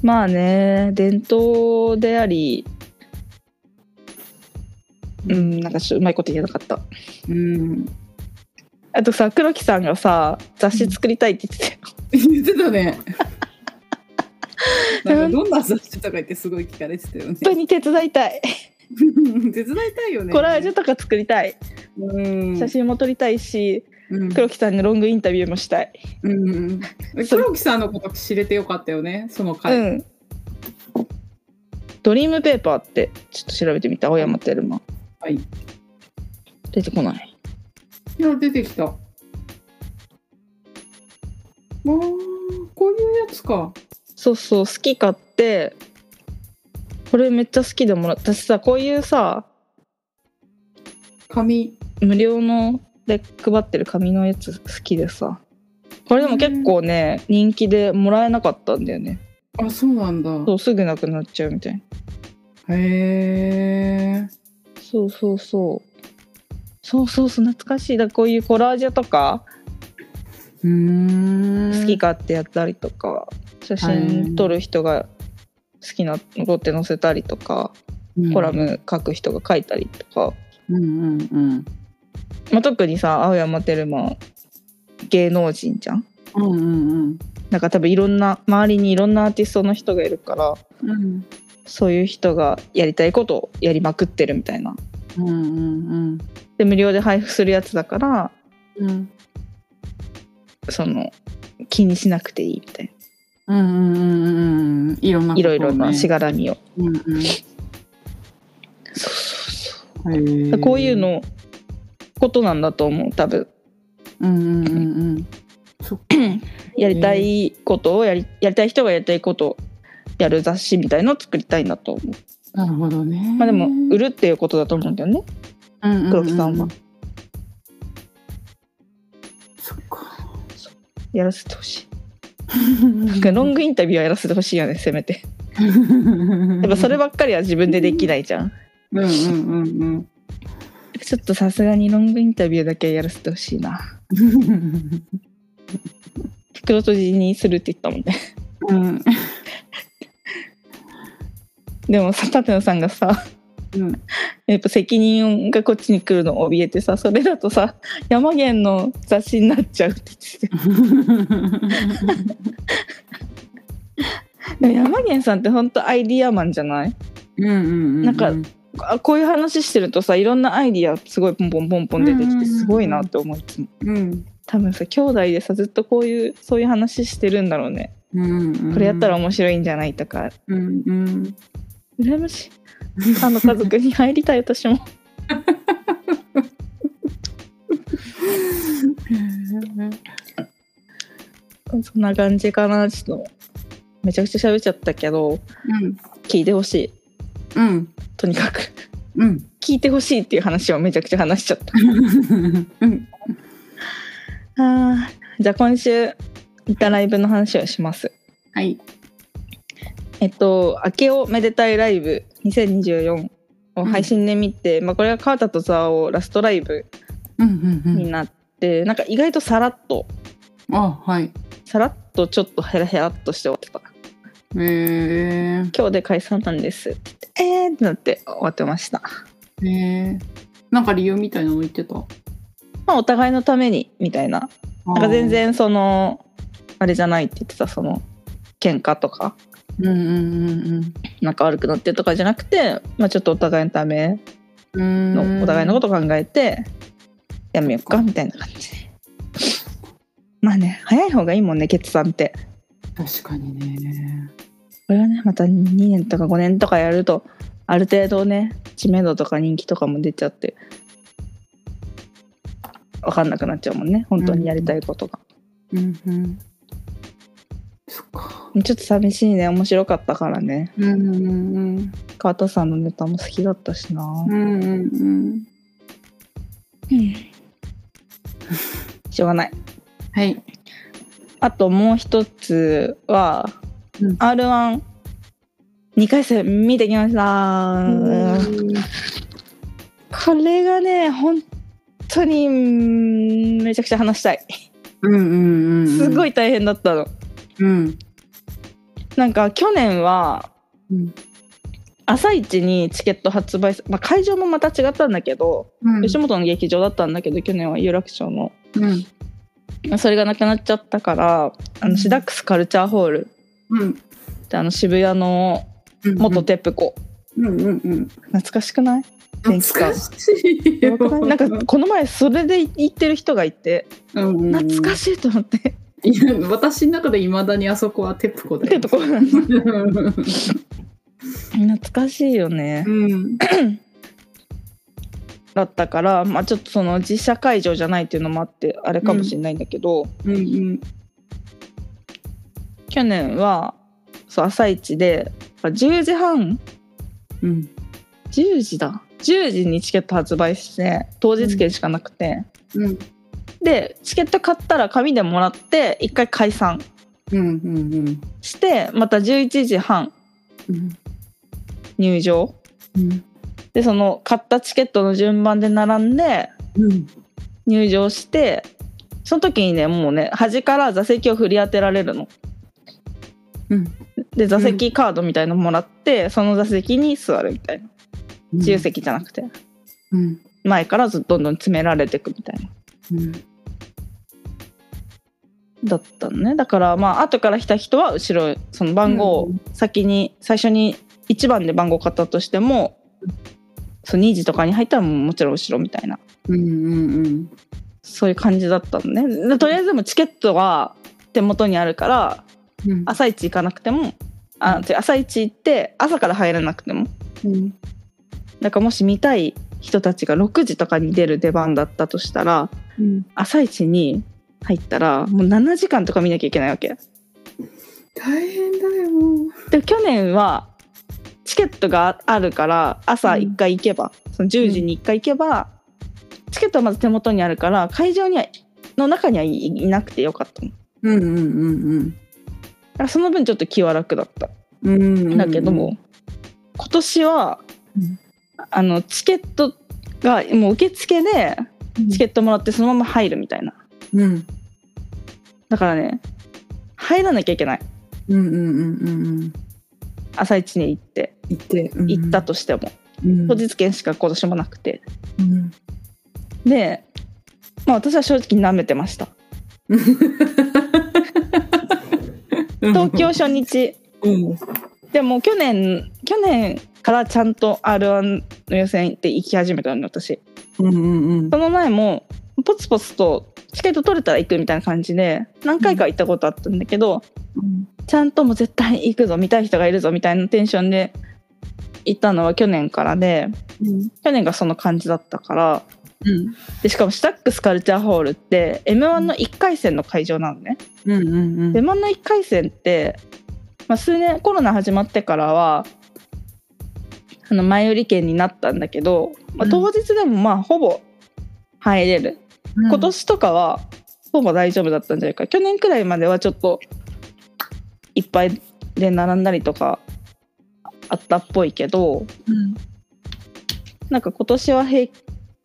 Speaker 1: まあね伝統でありうんなんかしうまいこと言えなかった
Speaker 2: うん
Speaker 1: あとさ黒木さんがさ雑誌作りたいって言ってたよ
Speaker 2: 言って たねなんかどんな雑誌とか言ってすごい聞かれてたよね
Speaker 1: 本当に手伝いたい
Speaker 2: 手伝いたいよね
Speaker 1: コラージュとか作りたい
Speaker 2: うん
Speaker 1: 写真も撮りたいし
Speaker 2: うん
Speaker 1: 黒木さんのロングインタビューもしたい
Speaker 2: うんうん、黒木さんのこと知れてよかったよねその回、
Speaker 1: うんドリームペーパーってちょっと調べてみた青山テルマ
Speaker 2: はいい
Speaker 1: 出てこない
Speaker 2: や出てきたあーこういうやつか
Speaker 1: そうそう好き買ってこれめっちゃ好きでもらった私さこういうさ
Speaker 2: 紙
Speaker 1: 無料ので配ってる紙のやつ好きでさこれでも結構ね人気でもらえなかったんだよね
Speaker 2: あそうなんだ
Speaker 1: そうすぐなくなっちゃうみたいな
Speaker 2: へえ
Speaker 1: そうそうそうそうそうそう懐かしいだからこういうコラージュとか
Speaker 2: うーん
Speaker 1: 好き勝手やったりとか写真撮る人が好きなのって載せたりとかコラム書く人が書いたりとか、
Speaker 2: うんうんうん
Speaker 1: まあ、特にさ青山テルマ芸能人じゃん
Speaker 2: うんうん
Speaker 1: なんか多分いろんな周りにいろんなアーティストの人がいるから
Speaker 2: うんうん
Speaker 1: そういう人がやりたいことをやりまくってるみたいな
Speaker 2: うんうん
Speaker 1: で無料で配布するやつだから
Speaker 2: うん
Speaker 1: その気にしなくていいみたいな
Speaker 2: うんうんうんうんうんいろんなことをね
Speaker 1: いろいろなしがらみを
Speaker 2: うんうん
Speaker 1: そうそうそ
Speaker 2: へー
Speaker 1: うこういうのことなんだと思う多分
Speaker 2: うんうんうんうんそっか
Speaker 1: やりたいことをやりやりたい人がやりたいことをやる雑誌みたいのを作りたいんだと思う。
Speaker 2: なるほどね
Speaker 1: まあでも売るっていうことだと思うんだよね。黒木さんは
Speaker 2: うううそっか
Speaker 1: やらせてほしい。ロングインタビューはやらせてほしいよねせめて。やっぱそればっかりは自分でできないじゃん。
Speaker 2: うんうんうん
Speaker 1: ちょっとさすがにロングインタビューだけはやらせてほしいな。
Speaker 2: うん
Speaker 1: 袋閉じにするって言ったもんね。
Speaker 2: うん
Speaker 1: でもさ舘野さんがさ
Speaker 2: うん
Speaker 1: やっぱ責任がこっちに来るのを怯えてさそれだとさ山源の雑誌になっちゃうって言って て。でも山源さんって本当アイディアマンじゃない
Speaker 2: うんうん
Speaker 1: なんかあこういう話してるとさいろんなアイディアすごいポンポンポンポン出て
Speaker 2: うんう
Speaker 1: き
Speaker 2: んうんう
Speaker 1: て
Speaker 2: ん
Speaker 1: すごいなって思いつも
Speaker 2: うん
Speaker 1: 多分さ兄弟でさずっとこういうそういう話してるんだろうね
Speaker 2: うんうん
Speaker 1: これやったら面白いんじゃないとか
Speaker 2: うんうん
Speaker 1: 羨ましいあの家族に入りたい私もそんな感じかなちょっとめちゃくちゃ喋っちゃったけど聞いてほしい
Speaker 2: うん
Speaker 1: とにかく
Speaker 2: うん
Speaker 1: 聞いてほしいっていう話をめちゃくちゃ話しちゃった
Speaker 2: うん
Speaker 1: あーじゃあ今週行ったライブの話をします
Speaker 2: はい
Speaker 1: えっと「明けおめでたいライブ2024」を配信で見て、まあ、これは川田と沢をラストライブ
Speaker 2: うんうんう
Speaker 1: に
Speaker 2: ん
Speaker 1: なって、なんか意外とさらっと
Speaker 2: あはい
Speaker 1: さらっとちょっとヘラヘラっとして終わってた
Speaker 2: へ
Speaker 1: 今日で解散なんですって言ってえーってなって終わってました
Speaker 2: えへえなんか理由みたいなの言ってた
Speaker 1: まあお互いのためにみたいななんか全然そのあれじゃないって言ってたその喧嘩とか
Speaker 2: うんうん
Speaker 1: 仲悪くなってとかじゃなくて、まあ、ちょっとお互いのため
Speaker 2: うんうん
Speaker 1: のお互いのこと考えてやめようかみたいな感じでまあね早い方がいいもんね決断って
Speaker 2: と確かにね
Speaker 1: これはねまた2年とか5年とかやるとある程度ね知名度とか人気とかも出ちゃって分かんなくなっちゃうもんね本当にやりたいことが、
Speaker 2: うんうん。そっか。
Speaker 1: ちょっと寂しいね面白かったからね
Speaker 2: うんうんうん。
Speaker 1: 川田さんのネタも好きだったしな
Speaker 2: う、んうんうん。
Speaker 1: しょうがない
Speaker 2: はい。
Speaker 1: あともう一つは、
Speaker 2: うん
Speaker 1: R12 回戦見てきました、これがね本当にうんめちゃくちゃ話したい
Speaker 2: うんうんうん。
Speaker 1: すご。い大変だったの、
Speaker 2: うん。
Speaker 1: なんか去年は
Speaker 2: うん
Speaker 1: 朝一にチケット発売す、まあ、会場もまた違ったんだけど、
Speaker 2: うん。
Speaker 1: 吉本の劇場だったんだけど去年は有楽町の
Speaker 2: うん。
Speaker 1: それがなくなっちゃったからあ
Speaker 2: う
Speaker 1: の
Speaker 2: ん
Speaker 1: シダックスカルチャーホール
Speaker 2: うん。
Speaker 1: ってあの渋谷の元。テップコ、
Speaker 2: うんうんうん。
Speaker 1: 懐かしくない
Speaker 2: 懐かしい
Speaker 1: や
Speaker 2: よ
Speaker 1: ばくないなんかこの前それで行ってる人がいて懐か
Speaker 2: し
Speaker 1: しいと思って
Speaker 2: いや私の中でいまだにあそこはテップコだよ
Speaker 1: ってとこ懐かしいよね
Speaker 2: うん
Speaker 1: だったから、まあ、ちょっとその実写会場じゃないっていうのもあってあれかもしれないんだけど、
Speaker 2: うんうん
Speaker 1: 去年はそう朝一であ10時半
Speaker 2: うん
Speaker 1: 10時だ10時にチケット発売して当日券しかなくて、
Speaker 2: うん
Speaker 1: でチケット買ったら紙でもらって一回解散
Speaker 2: うんうん
Speaker 1: してまた11時半
Speaker 2: うん
Speaker 1: 入場
Speaker 2: うん
Speaker 1: でその買ったチケットの順番で並んで
Speaker 2: うん
Speaker 1: 入場してその時にねもうね端から座席を振り当てられるの。
Speaker 2: うん
Speaker 1: で座席カードみたいのもらって、その座席に座るみたいな自由席じゃなくて
Speaker 2: うん
Speaker 1: 前からずっとどんどん詰められていくみたいな
Speaker 2: うん
Speaker 1: だったのねだからまあ後から来た人は後ろへその番号を先に、最初に1番で番号買ったとしてもそう2時とかに入ったらもうもちろん後ろみたいな
Speaker 2: うんうん
Speaker 1: そういう感じだったのねでとりあえずでもチケットは手元にあるから
Speaker 2: うん
Speaker 1: 朝一行かなくてもあ違う朝一行って朝から入らなくても
Speaker 2: うん
Speaker 1: なんかもし見たい人たちが6時とかに出る出番だったとしたら
Speaker 2: うん
Speaker 1: 朝一に入ったらもう7時間とか見なきゃいけないわけ
Speaker 2: 大変だよ
Speaker 1: で去年はチケットがあるから朝
Speaker 2: うん
Speaker 1: 1回行けば、その10時に1回行けば、チケットはまず手元にあるから会場にはの中にはい、いなくてよかったのだ
Speaker 2: うんうんうん
Speaker 1: からその分ちょっと気は楽だった
Speaker 2: うんうん
Speaker 1: だけども、今年は、
Speaker 2: うん
Speaker 1: あのチケットがもう受付でチケ
Speaker 2: ッ
Speaker 1: ットもらってそのまま入るみたいな
Speaker 2: トうん
Speaker 1: だからね入らなきゃいけない
Speaker 2: うんうんうんうん
Speaker 1: 朝一に行って
Speaker 2: 行って
Speaker 1: 行ったとしても、
Speaker 2: うん
Speaker 1: 当日券しか今年もなくて
Speaker 2: うん
Speaker 1: でまあ私は正直舐めてました東京初日
Speaker 2: うん
Speaker 1: でも去年去年からちゃんと r 1の予選って行き始めたのに私
Speaker 2: うんうん
Speaker 1: その前もポツポツとチケット取れたら行くみたいな感じで何回か行ったことあったんだけど、
Speaker 2: うん
Speaker 1: ちゃんともう絶対行くぞ見たい人がいるぞみたいなテンションで行ったのは去年からで
Speaker 2: うん
Speaker 1: 去年がその感じだったから
Speaker 2: うん
Speaker 1: でしかもシタックスカルチャーホールって m 1の1回戦の会場なのね。
Speaker 2: うんうんうん
Speaker 1: で真ん中1回戦って、まあ、数年コロナ始まってからはあの前売り券になったんだけど、まあ、
Speaker 2: うん
Speaker 1: 当日でもまあほぼ入れる、今年とかはほぼ大丈夫だったんじゃないか去年くらいまではちょっといっぱいで並んだりとかあったっぽいけど
Speaker 2: うん
Speaker 1: なんか今年は平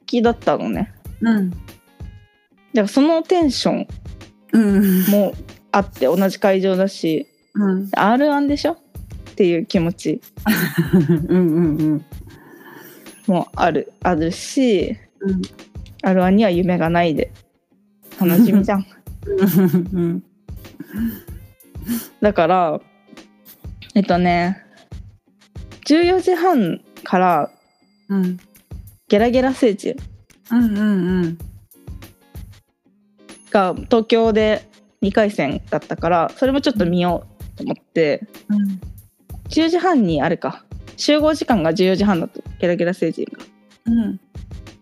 Speaker 1: 気だったのね
Speaker 2: うん
Speaker 1: だからそのテンション
Speaker 2: うん
Speaker 1: もあって同じ会場だし
Speaker 2: うん
Speaker 1: R1 でしょっていう気持ち
Speaker 2: うんうん
Speaker 1: もあるあるし
Speaker 2: うん
Speaker 1: R1 には夢がないで楽しみじゃん
Speaker 2: うん
Speaker 1: だからえっとね14時半から
Speaker 2: うん
Speaker 1: ゲラゲラ聖地
Speaker 2: うんうん
Speaker 1: が東京で2回戦だったからそれもちょっと見ようと思って
Speaker 2: うん
Speaker 1: 10時半にあれか集合時間が14時半だとゲラゲラ星人が
Speaker 3: うん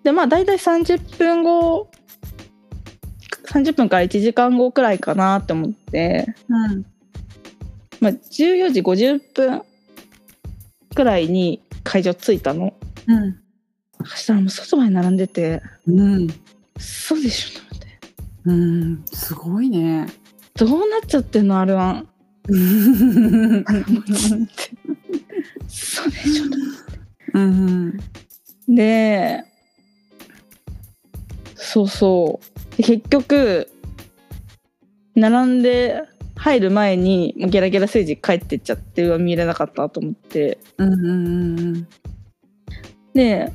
Speaker 1: でまあ大体30分後30分から1時間後くらいかなって思って、
Speaker 3: うん
Speaker 1: まあ、14時50分くらいに会場着いたの
Speaker 3: うん
Speaker 1: そしたらもう外まで並んでて
Speaker 3: うん
Speaker 1: そうでしょと思って
Speaker 3: うんすごいね。
Speaker 1: どうなっちゃってんの R1
Speaker 3: うん
Speaker 1: そうでしょと
Speaker 3: うん
Speaker 1: でそうそうで結局並んで入る前にもうゲラゲラ星人帰ってっちゃってうわ見れなかったと思って
Speaker 3: うんうん
Speaker 1: で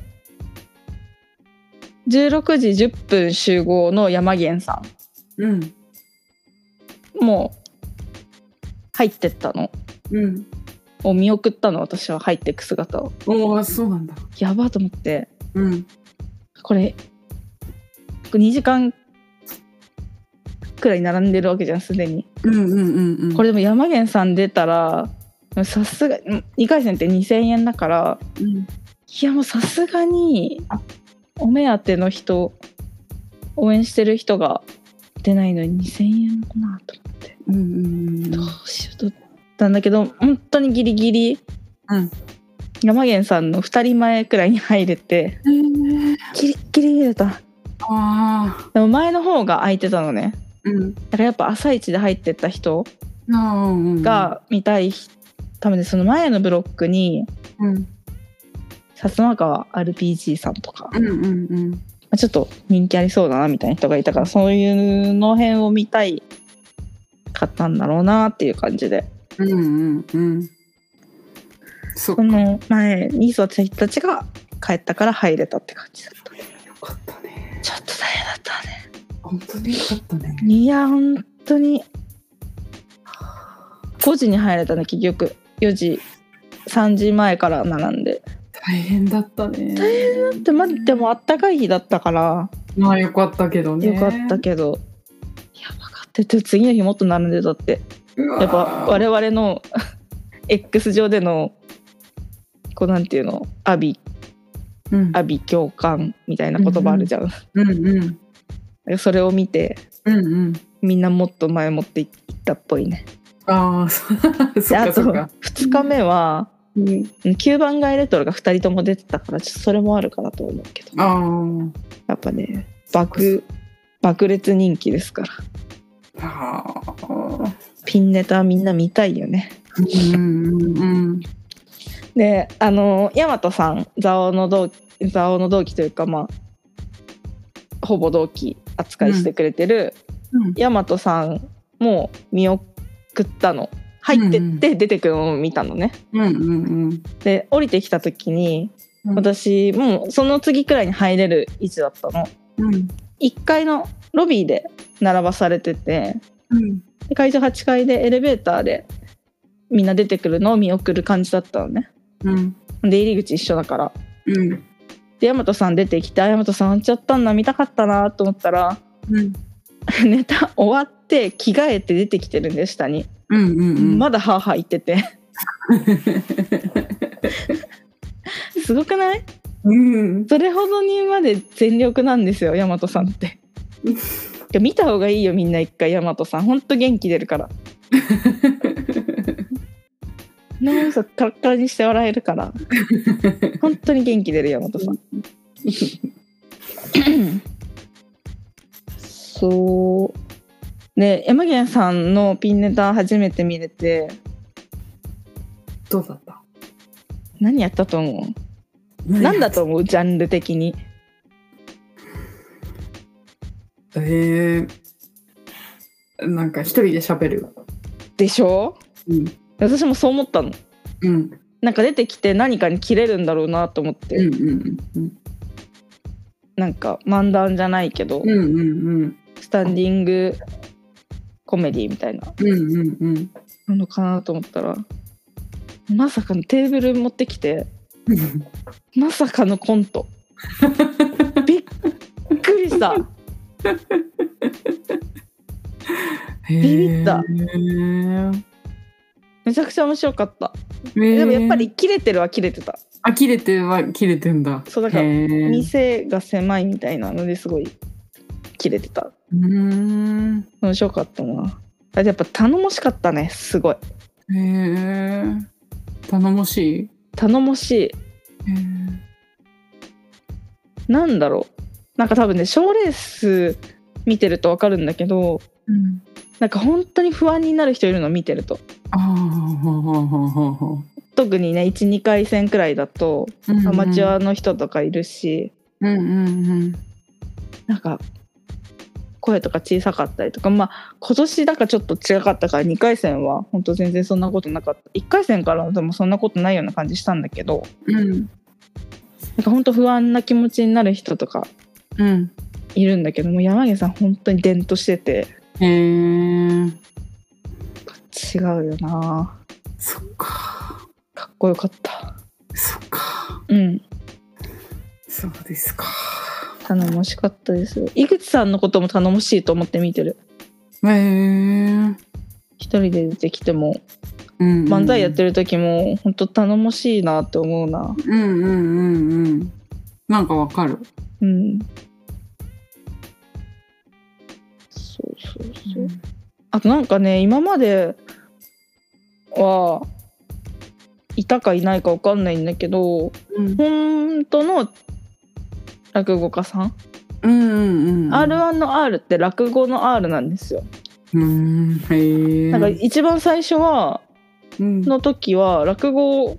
Speaker 1: 16時10分集合の山源さ
Speaker 2: うん。
Speaker 1: んもう入ってったの
Speaker 2: うん。
Speaker 1: を見送ったの私は入ってく姿を
Speaker 2: おお、そうなんだ。
Speaker 1: やばと思って
Speaker 2: うん。
Speaker 1: これ2時間くらい並んでるわけじゃんすでに
Speaker 3: うんうんうんうん
Speaker 1: これでも山源さん出たらさすが2回戦って2,000円だから
Speaker 3: うん
Speaker 1: いやもうさすがにお目当ての人応援してる人が出ないのに2,000円かなと
Speaker 3: うんうんうん
Speaker 1: どうしようと思ったんだけど本当にギリギリ、
Speaker 3: うん
Speaker 1: 山源さんの2人前くらいに入れて
Speaker 3: へー
Speaker 1: ギリッギリ入れた
Speaker 3: あ
Speaker 1: でも前の方が空いてたのね
Speaker 3: ーうん
Speaker 1: だからやっぱ朝一で入ってった人
Speaker 3: あーうん
Speaker 1: が見たい人、多分ねその前のブロックに
Speaker 3: うん
Speaker 1: 薩摩川 RPG さんとか、ま
Speaker 3: うんうんうん
Speaker 1: あちょっと人気ありそうだなみたいな人がいたからそういうの辺を見たいかったんだろうなっていう感じで
Speaker 3: うんうんうんそっ
Speaker 1: そ
Speaker 3: か
Speaker 1: の前に育ちたちが帰ったから入れたって感じだった
Speaker 3: よかったね
Speaker 1: ちょっと大変だったね
Speaker 3: 本当によかったね
Speaker 1: いや本当に5時に入れたね結局4時3時前から並んで
Speaker 3: 大変だったね
Speaker 1: 大変だってまあでもあったかい日だったから
Speaker 2: まあ、よかったけどね。
Speaker 1: よかったけど、やばかったで次の日もっと並んでたって
Speaker 2: うわー
Speaker 1: やっぱ我々の X 上でのこうなんていうの阿鼻
Speaker 3: うん
Speaker 1: 阿鼻共感みたいな言葉あるじゃん、
Speaker 3: うんうん
Speaker 1: それを見て
Speaker 3: うんうん
Speaker 1: みんなもっと前もっていったっぽいね
Speaker 2: ああ、そ
Speaker 1: で
Speaker 2: そっ
Speaker 1: あ
Speaker 2: か
Speaker 1: と
Speaker 2: そっか。
Speaker 1: 2日目は、
Speaker 3: うん
Speaker 1: 9番街レトロが2人とも出てたからちょっとそれもあるかなと思うけど
Speaker 2: あー
Speaker 1: やっぱね爆爆裂人気ですから
Speaker 2: あー。
Speaker 1: ピンネタみんな見たいよね。
Speaker 3: うんうんうん
Speaker 1: であの大和さん蔵王の同蔵王の同期というかまあほぼ同期扱いしてくれてる
Speaker 3: うん
Speaker 1: 大和さんも見送ったの入ってって出てくるのを見たのね。
Speaker 3: うんうん
Speaker 1: で降りてきた時に
Speaker 3: うん
Speaker 1: 私もうその次くらいに入れる位置だったの。
Speaker 3: うん
Speaker 1: 1階のロビーで並ばされてて
Speaker 3: うん
Speaker 1: で会場8階でエレベーターでみんな出てくるのを見送る感じだったのね。
Speaker 3: うん
Speaker 1: で入り口一緒だから。
Speaker 3: うん
Speaker 1: で大和さん出てきて「あ大和さん終わっちゃったんだ見たかったな」と思ったら
Speaker 3: うん
Speaker 1: ネタ終わって着替えて出てきてるんで下に、
Speaker 3: うんうんうん
Speaker 1: まだハーハー言ってて すごくない
Speaker 3: うん
Speaker 1: それほどにまで全力なんですよ大和さ んって。いや見た方がいいよみんな一回大和さんほんと元気出るから脳みそカラッカラにして笑えるから本当に元気出る山本さん。そう。で山源さんのピンネタ初めて見れて
Speaker 3: どうだった
Speaker 1: 何やったと思う何だと思うジャンル的に。
Speaker 2: えー、なんか一人で喋る。
Speaker 1: でしょ
Speaker 2: うん。
Speaker 1: 私もそう思ったの。
Speaker 2: うん。
Speaker 1: なんか出てきて何かに切れるんだろうなと思って、
Speaker 2: うんうんうん。
Speaker 1: なんか漫談じゃないけど、
Speaker 2: うんうん
Speaker 1: スタンディングコメディみたいな
Speaker 2: うん。うんうんうん。
Speaker 1: なのかなと思ったらまさかのテーブル持ってきてまさかのコン トびっくりした
Speaker 2: ビ
Speaker 1: ビビった
Speaker 2: へー
Speaker 1: めちゃくちゃ面白かった。
Speaker 2: え
Speaker 1: でもやっぱり切れてるは切れてた。
Speaker 2: あ切れては切れてんだ
Speaker 1: そうだから
Speaker 2: へー
Speaker 1: 店が狭いみたいなのですごい切れてた。
Speaker 2: うーん
Speaker 1: 面白かったな。あやっぱ頼もしかったね。すごい。
Speaker 2: へえ頼もしい
Speaker 1: 頼もしい。
Speaker 2: へ
Speaker 1: なんだろう。なんか多分ね、賞ーレース見てるとわかるんだけど、
Speaker 2: うん、
Speaker 1: なんか本当に不安になる人いるの見てると。
Speaker 2: ああほうほうほうほうほ
Speaker 1: 特にね、1、2回戦くらいだと、
Speaker 2: ううんうん
Speaker 1: アマチュアの人とかいるし、
Speaker 2: うんうんうん
Speaker 1: なんか、声とか小さかったりとか、まあ、今年だからちょっと違かったから、2回戦は本当全然そんなことなかった。1回戦からでもそんなことないような感じしたんだけど、
Speaker 2: うん
Speaker 1: なんか本当不安な気持ちになる人とか
Speaker 2: うん
Speaker 1: いるんだけども、山毛さん本当に伝としてて、
Speaker 2: へえ
Speaker 1: 違うよな
Speaker 2: そっか
Speaker 1: かっこよかった。
Speaker 2: そっか
Speaker 1: うん。
Speaker 2: そうですか
Speaker 1: 頼もしかったですよ井口さんのことも頼もしいと思って見てる
Speaker 2: へえ
Speaker 1: 一人で出てきても漫才やってる時も本当頼もしいなって思うな
Speaker 2: るうんうんうんうんなんかわかる
Speaker 1: うんそうそうそう、あとなんかね今まではいたかいないかわかんないんだけど
Speaker 2: うん
Speaker 1: 本当の落語家さん、
Speaker 2: うんうんうん
Speaker 1: r 1の R って落語の R なんですよ、
Speaker 2: うんへえ
Speaker 1: なんか一番最初は
Speaker 2: うん
Speaker 1: の時は落語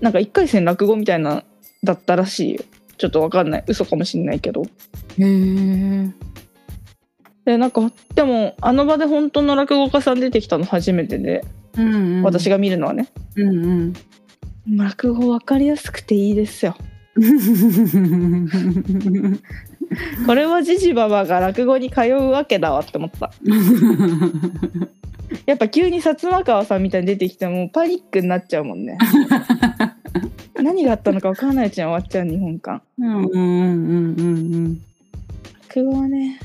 Speaker 1: なんか1回戦落語みたいなだったらしいよちょっとわかんない嘘かもしんないけど
Speaker 2: へえ
Speaker 1: でなんかでもあの場で本当の落語家さん出てきたの初めてで、
Speaker 2: うんうん
Speaker 1: 私が見るのはね
Speaker 2: うんうん
Speaker 1: 落語わかりやすくていいですよこれはジジババが落語に通うわけだわって思ったやっぱ急に薩摩川さんみたいに出てきてもパニックになっちゃうもん ね何があったのかわかんないうちに終わっちゃう日本館
Speaker 2: うんうんうんうん
Speaker 1: 落語はね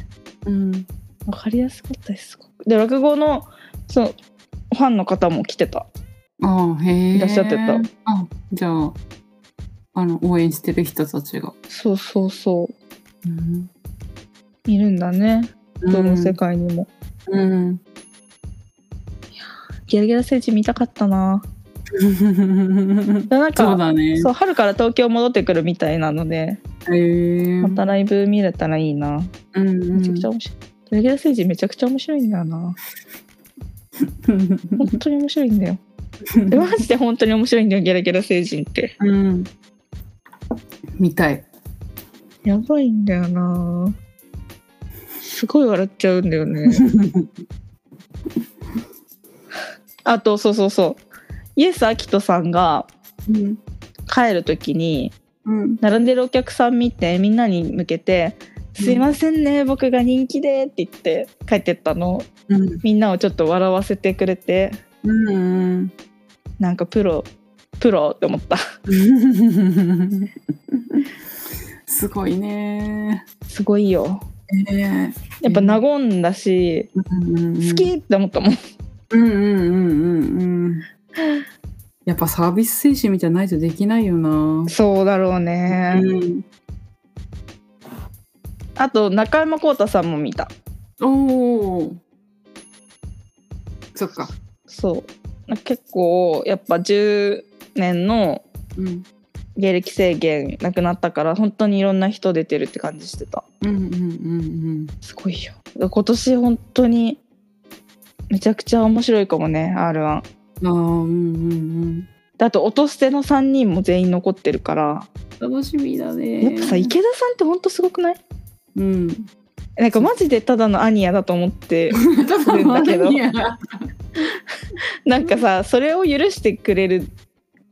Speaker 2: うん
Speaker 1: わかりやすかったです。すごくで落語のそのファンの方も来てた。
Speaker 2: ああへえ
Speaker 1: いらっしゃってた
Speaker 2: あじゃああの応援してる人たちが、
Speaker 1: そうそうそ
Speaker 2: うん、
Speaker 1: ういるんだね。どの世界にも。
Speaker 2: うん
Speaker 1: ギャルギャル星人見たかったな。
Speaker 2: うん、
Speaker 1: でなんか
Speaker 2: そうだね
Speaker 1: そう春から東京戻ってくるみたいなので、
Speaker 2: へえ
Speaker 1: またライブ見れたらいいな。
Speaker 2: うん
Speaker 1: めちゃくちゃ面白い。ギャルギャル星人めちゃくちゃ面白いんだよな。本当に面白いん だよ。でマジで本当に面白いんだよギャルギャル星人って。
Speaker 2: うん見たい
Speaker 1: やばいんだよな。すごい笑っちゃうんだよね。 あとそうそうそうイエス・アキトさんが
Speaker 2: うん
Speaker 1: 帰る時に
Speaker 2: うん
Speaker 1: 並んでるお客さん見てみんなに向けて「すいませんね僕が人気で」って言って帰ってったの
Speaker 2: うん
Speaker 1: みんなをちょっと笑わせてくれて
Speaker 2: うん
Speaker 1: なんかプロプロって思った
Speaker 2: すごいね
Speaker 1: すごいよ
Speaker 2: ね
Speaker 1: やっぱ和んだし、好
Speaker 2: 好
Speaker 1: きって思ったもん
Speaker 2: うんうんうんうんうんやっぱサービス精神みたいなのないとできないよな、
Speaker 1: そうだろうね、
Speaker 2: うん、
Speaker 1: あと中山浩太さんも見た
Speaker 2: おおそっか
Speaker 1: そう結構やっぱ10年の
Speaker 2: うん
Speaker 1: 芸歴制限なくなったから本当にいろんな人出てるって感じしてた
Speaker 2: うんうんうん
Speaker 1: すごいよ今年本当にめちゃくちゃ面白いかもね r 1
Speaker 2: うんああうんうん
Speaker 1: だと音捨ての3人も全員残ってるから
Speaker 2: うん楽しみだね
Speaker 1: やっぱさ池田さんって本当すごくない
Speaker 2: うん
Speaker 1: なんかマジでただのアニヤだと思って
Speaker 2: 多
Speaker 1: するんだけど
Speaker 2: いや
Speaker 1: なんかさそれを許してくれる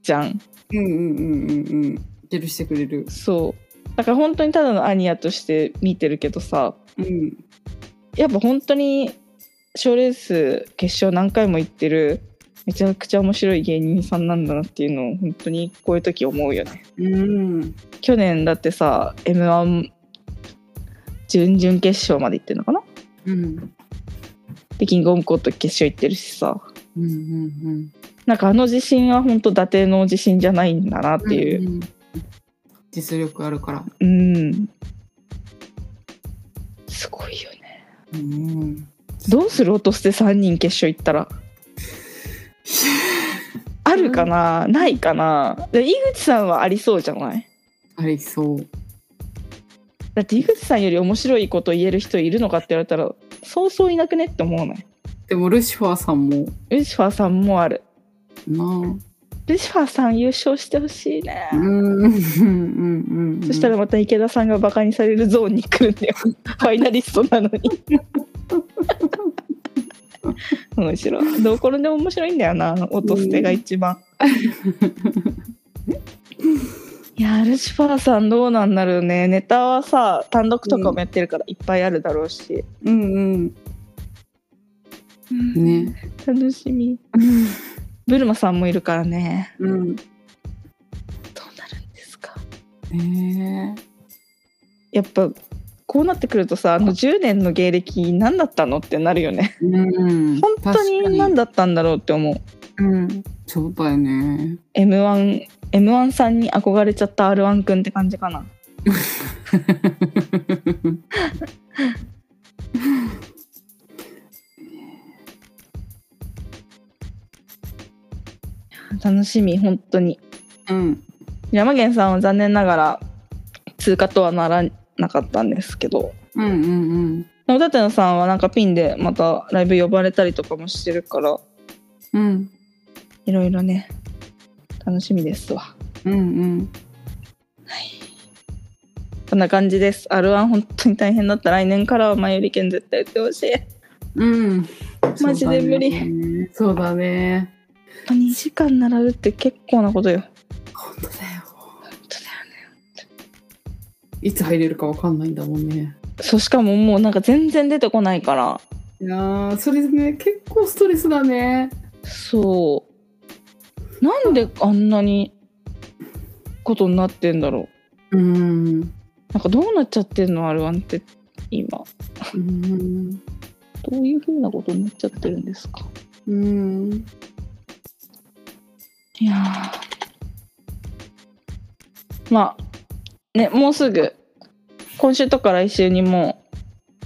Speaker 1: じゃん
Speaker 2: うんうんうんうんうん許してくれる
Speaker 1: そうだから本当にただのアニヤとして見てるけどさ
Speaker 2: うん
Speaker 1: やっぱ本当に賞レース決勝何回も行ってるめちゃくちゃ面白い芸人さんなんだなっていうのを本当にこういう時思うよね
Speaker 2: うん
Speaker 1: 去年だってさ m 1準々決勝まで行ってるのかな
Speaker 2: うん
Speaker 1: でキングオブコント決勝行ってるしさ
Speaker 2: うんうん
Speaker 1: なんかあの自信は本当伊達の自信じゃないんだなっていう、
Speaker 4: うん実力あるから。
Speaker 1: うんすごいよね
Speaker 2: うん。
Speaker 1: どうする音捨て3人決勝行ったらあるかな、ないかなで井口さんはありそうじゃない
Speaker 2: ありそう。
Speaker 1: だって井口さんより面白いこと言える人いるのかって言われたらそうそういなくねって思わない
Speaker 2: でもルシファーさんも
Speaker 1: ルシファーさんもある
Speaker 2: な
Speaker 1: ルシファーさん優勝してほしいね
Speaker 2: あ。うんうんうんうん。
Speaker 1: そしたらまた池田さんがバカにされるゾーンに来るん だよファイナリストなのに面白いどうこれでも面白いんだよなあの音捨てが一番、いやルシファーさんどうなんだろうねネタはさ単独とかもやってるからいっぱいあるだろうし、
Speaker 2: うんうん。ね。
Speaker 1: 楽しみブルマさんもいるからね
Speaker 2: うん。
Speaker 1: どうなるんですか
Speaker 2: え
Speaker 1: やっぱこうなってくるとさあの10年の芸歴何だったのってなるよね
Speaker 2: え。うん。
Speaker 1: 本当に何だったんだろうって思う
Speaker 2: 確かにうん。そうだよね。
Speaker 1: m 1 m 1さんに憧れちゃった r 1くんって感じかな楽しみ本当に
Speaker 2: うん。
Speaker 1: 山源さんは残念ながら通過とはならなかったんですけど
Speaker 2: うんうんうん。
Speaker 1: でも舘野さんはなんかピンでまたライブ呼ばれたりとかもしてるから
Speaker 2: うん
Speaker 1: いろいろね楽しみですわ
Speaker 2: うんうん。
Speaker 1: こんな感じです r 1本当に大変だった来年からは前より券絶対売ってほしい
Speaker 2: うん。
Speaker 1: マジで無
Speaker 2: 理。そうだね。
Speaker 1: 2時間並ぶって結構なことよ
Speaker 2: 本当だよ。
Speaker 1: 本当だよ
Speaker 2: いつ入れるかわかんないんだもんね。
Speaker 1: そうしかももうなんか全然出てこないから
Speaker 2: いやーそれね結構ストレスだね。
Speaker 1: そうなんであんなにことになってんだろ
Speaker 2: うん。
Speaker 1: うなんかどうなっちゃってんの R1 って今
Speaker 2: うん。
Speaker 1: どういうふうなことになっちゃってるんですか
Speaker 2: うん。
Speaker 1: いやーまあねもうすぐ今週とか来週にも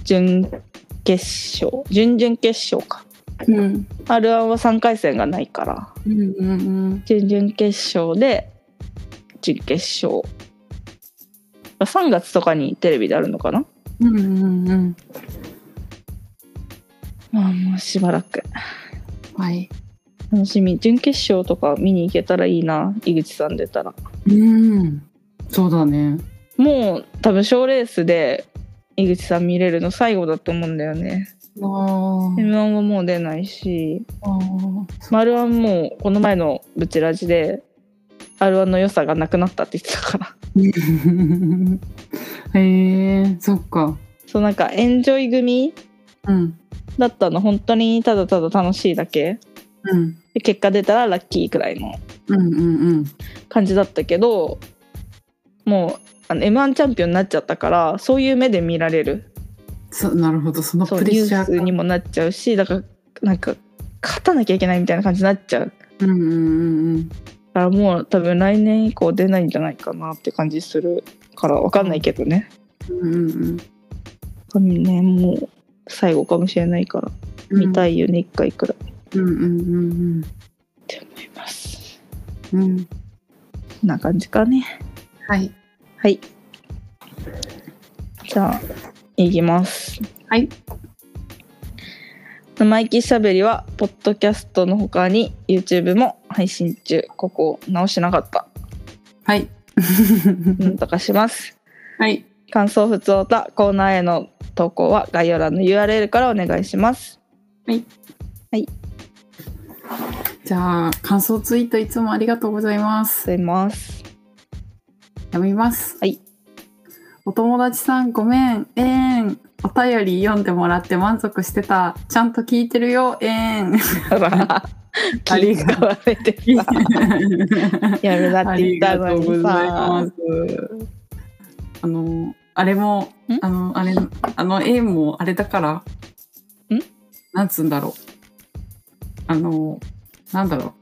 Speaker 1: う準決勝準々決勝か
Speaker 2: うん。
Speaker 1: r 1は3回戦がないから
Speaker 2: うんうん
Speaker 1: 準々決勝で準決勝まあ3月とかにテレビであるのかな
Speaker 2: うん。うんうんうん。
Speaker 1: まあもうしばらく
Speaker 2: はい。
Speaker 1: 楽しみ準決勝とか見に行けたらいいな井口さん出たら
Speaker 2: うん。そうだね。
Speaker 1: もう多分賞レースで井口さん見れるの最後だと思うんだよね
Speaker 2: あー
Speaker 1: m 1はもう出ないし
Speaker 2: あー。
Speaker 1: 丸1もうこの前のブチラジで r 1の良さがなくなったって言ってたから
Speaker 2: へえ、そっか。
Speaker 1: そうなんかエンジョイ組
Speaker 2: うん。
Speaker 1: だったの本当にただただ楽しいだけ
Speaker 2: うん。
Speaker 1: で結果出たらラッキーくらいの
Speaker 2: うんうんうん。
Speaker 1: 感じだったけどもうあの m 1チャンピオンになっちゃったからそういう目で見られる
Speaker 2: そなるほど、その
Speaker 1: そう
Speaker 2: プレ
Speaker 1: ニュ
Speaker 2: ッシャ
Speaker 1: ー
Speaker 2: ー
Speaker 1: ス
Speaker 2: か。
Speaker 1: にもなっちゃうしだからなんか勝たなきゃいけないみたいな感じになっちゃう
Speaker 2: うんうんうんうん。
Speaker 1: だからもう多分来年以降出ないんじゃないかなって感じするから分かんないけどね
Speaker 2: うんうん
Speaker 1: 多分ねもう最後かもしれないから
Speaker 2: うん。
Speaker 1: 見た
Speaker 2: い。
Speaker 1: いよね一回くらいっ
Speaker 2: うんうんうん
Speaker 1: て思います
Speaker 2: うん。うん。
Speaker 1: こんな感じかね
Speaker 2: はい。
Speaker 1: はい。じゃあ、いきます。
Speaker 2: はい。
Speaker 1: 生意気しゃべりは、ポッドキャストの他に、YouTube も配信中。ここ、直しなかった。
Speaker 2: はい。
Speaker 1: なんとかします。
Speaker 2: はい。
Speaker 1: 感想、不通おた、コーナーへの投稿は、概要欄の URL からお願いします。
Speaker 2: じゃあ、感想ツイートいつもありがとうございます。
Speaker 1: すいます。
Speaker 2: 読みます。
Speaker 1: はい。
Speaker 2: お友達さんごめん、えーん。お便り読んでもらって満足してた。ちゃんと聞いてるよ、え ーん。ありが
Speaker 1: 気使
Speaker 2: とう
Speaker 1: われてさ、やるな
Speaker 2: あ
Speaker 1: って言
Speaker 2: り
Speaker 1: った
Speaker 2: がと
Speaker 1: の
Speaker 2: うござ
Speaker 1: に
Speaker 2: いま
Speaker 1: さ
Speaker 2: す。。あの、あれも
Speaker 1: ん、
Speaker 2: あの、あれ、あの、えもあれだから、
Speaker 1: ん
Speaker 2: なんつうんだろう。あの、なんだろ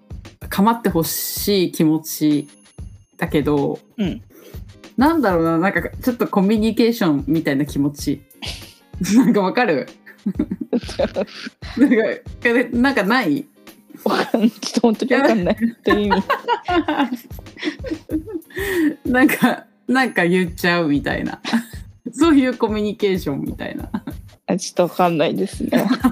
Speaker 2: う。構ってほしい気持ちだけど、
Speaker 1: うん
Speaker 2: なんだろうななんかちょっとコミュニケーションみたいな気持ち なんかわかる なんかえなんかない
Speaker 1: わかんちょっと本当にわかんない。どういう意味。
Speaker 2: なんかなんか言っちゃうみたいな そういうコミュニケーションみたいな
Speaker 1: あ、ちょっとわかんないですね。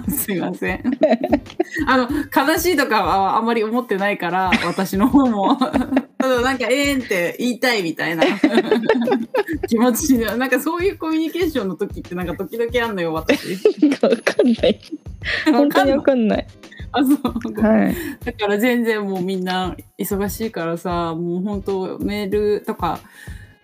Speaker 2: すいません あの悲しいとかはあまり思ってないから私の方も ただなんかええんって言いたいみたいな 気持ちでなんかそういうコミュニケーションの時ってなんか時々あんのよ私
Speaker 1: なんかわかんない。本当にわかんない。
Speaker 2: あそう
Speaker 1: はい。
Speaker 2: だから全然もうみんな忙しいからさもう本当メールとか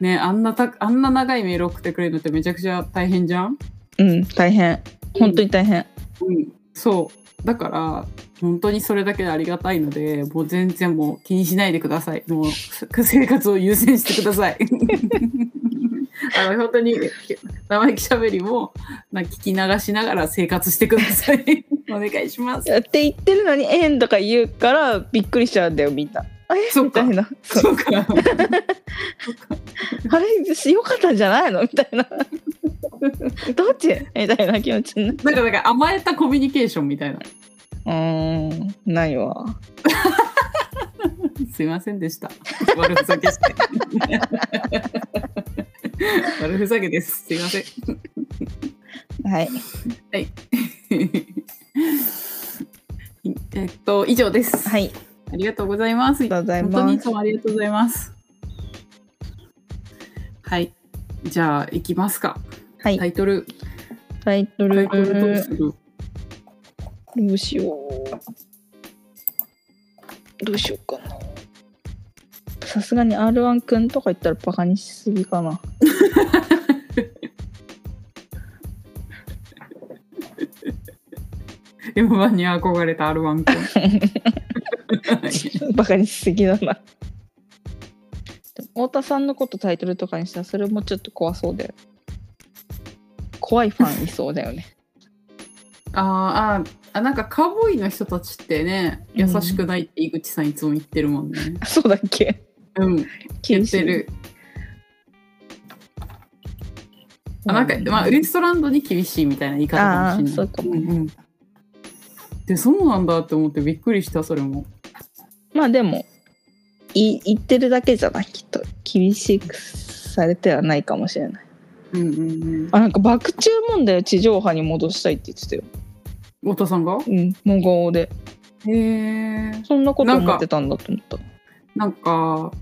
Speaker 2: ねあんなたあんな長いメール送ってくれるのってめちゃくちゃ大変じゃん、
Speaker 1: うん、大変。本当に大変。
Speaker 2: うん、そうだから本当にそれだけでありがたいのでもう全然もう気にしないでくださいもう生活を優先してくだ さいあの本当に生意気しゃべりもなんか聞き流しながら生活してください お願いします
Speaker 1: って言ってるのに、ええんとか言うから、びっくりしちゃうんだよ、みんな。あえ
Speaker 2: そっ
Speaker 1: みた
Speaker 2: か
Speaker 1: いな。そう
Speaker 2: そうか
Speaker 1: あれ、よかったんじゃないのみたいな。 どっちみたいな気持ちになる。
Speaker 2: なんかなんか甘えたコミュニケーションみたいな
Speaker 1: うーん、ないわ。
Speaker 2: すいませんでした。悪ふざけして。 悪ふざけです。すいません。
Speaker 1: はい。
Speaker 2: えっと、以上です。
Speaker 1: はい。
Speaker 2: ありがとうございます。
Speaker 1: ありがとうござい
Speaker 2: 本当
Speaker 1: ま
Speaker 2: にいつ
Speaker 1: す。
Speaker 2: もありがとうございます。はい。じゃあ、行きますか。
Speaker 1: はい
Speaker 2: タ。イトル、
Speaker 1: タイト
Speaker 2: タイ
Speaker 1: ル、
Speaker 2: トルどうする
Speaker 1: どうしよう。どうしようかな。さすがに R1 くんとか言ったらバカにしすぎかな。
Speaker 2: ?M1 に憧れた R1 君。
Speaker 1: バカにしすぎだな。でも太田さんのことタイトルとかにしたらそれもちょっと怖そうだよね。怖いファンいそうだよね。
Speaker 2: あーあー、なんかカウボーイの人たちってね、優しくないって井口さんいつも言ってるもんね。
Speaker 1: そうだっけ
Speaker 2: うん。
Speaker 1: 言
Speaker 2: 言ってる。あなんか、まあ、ウエストランドに厳しいみたいな言い方かもしれな
Speaker 1: あーそ
Speaker 2: い。
Speaker 1: うかも
Speaker 2: んうんで、そうなんだって思ってびっくりした、それも。
Speaker 1: まあでもい言ってるだけじゃないきっと厳しくされてはないかもしれない
Speaker 2: うんうん
Speaker 1: あなんか爆注問題を地上波に戻したいって言ってたよ
Speaker 2: うん。太田さんが
Speaker 1: うん無顔で
Speaker 2: へえ。
Speaker 1: そんなこと思ってたんだと思った
Speaker 2: なんか、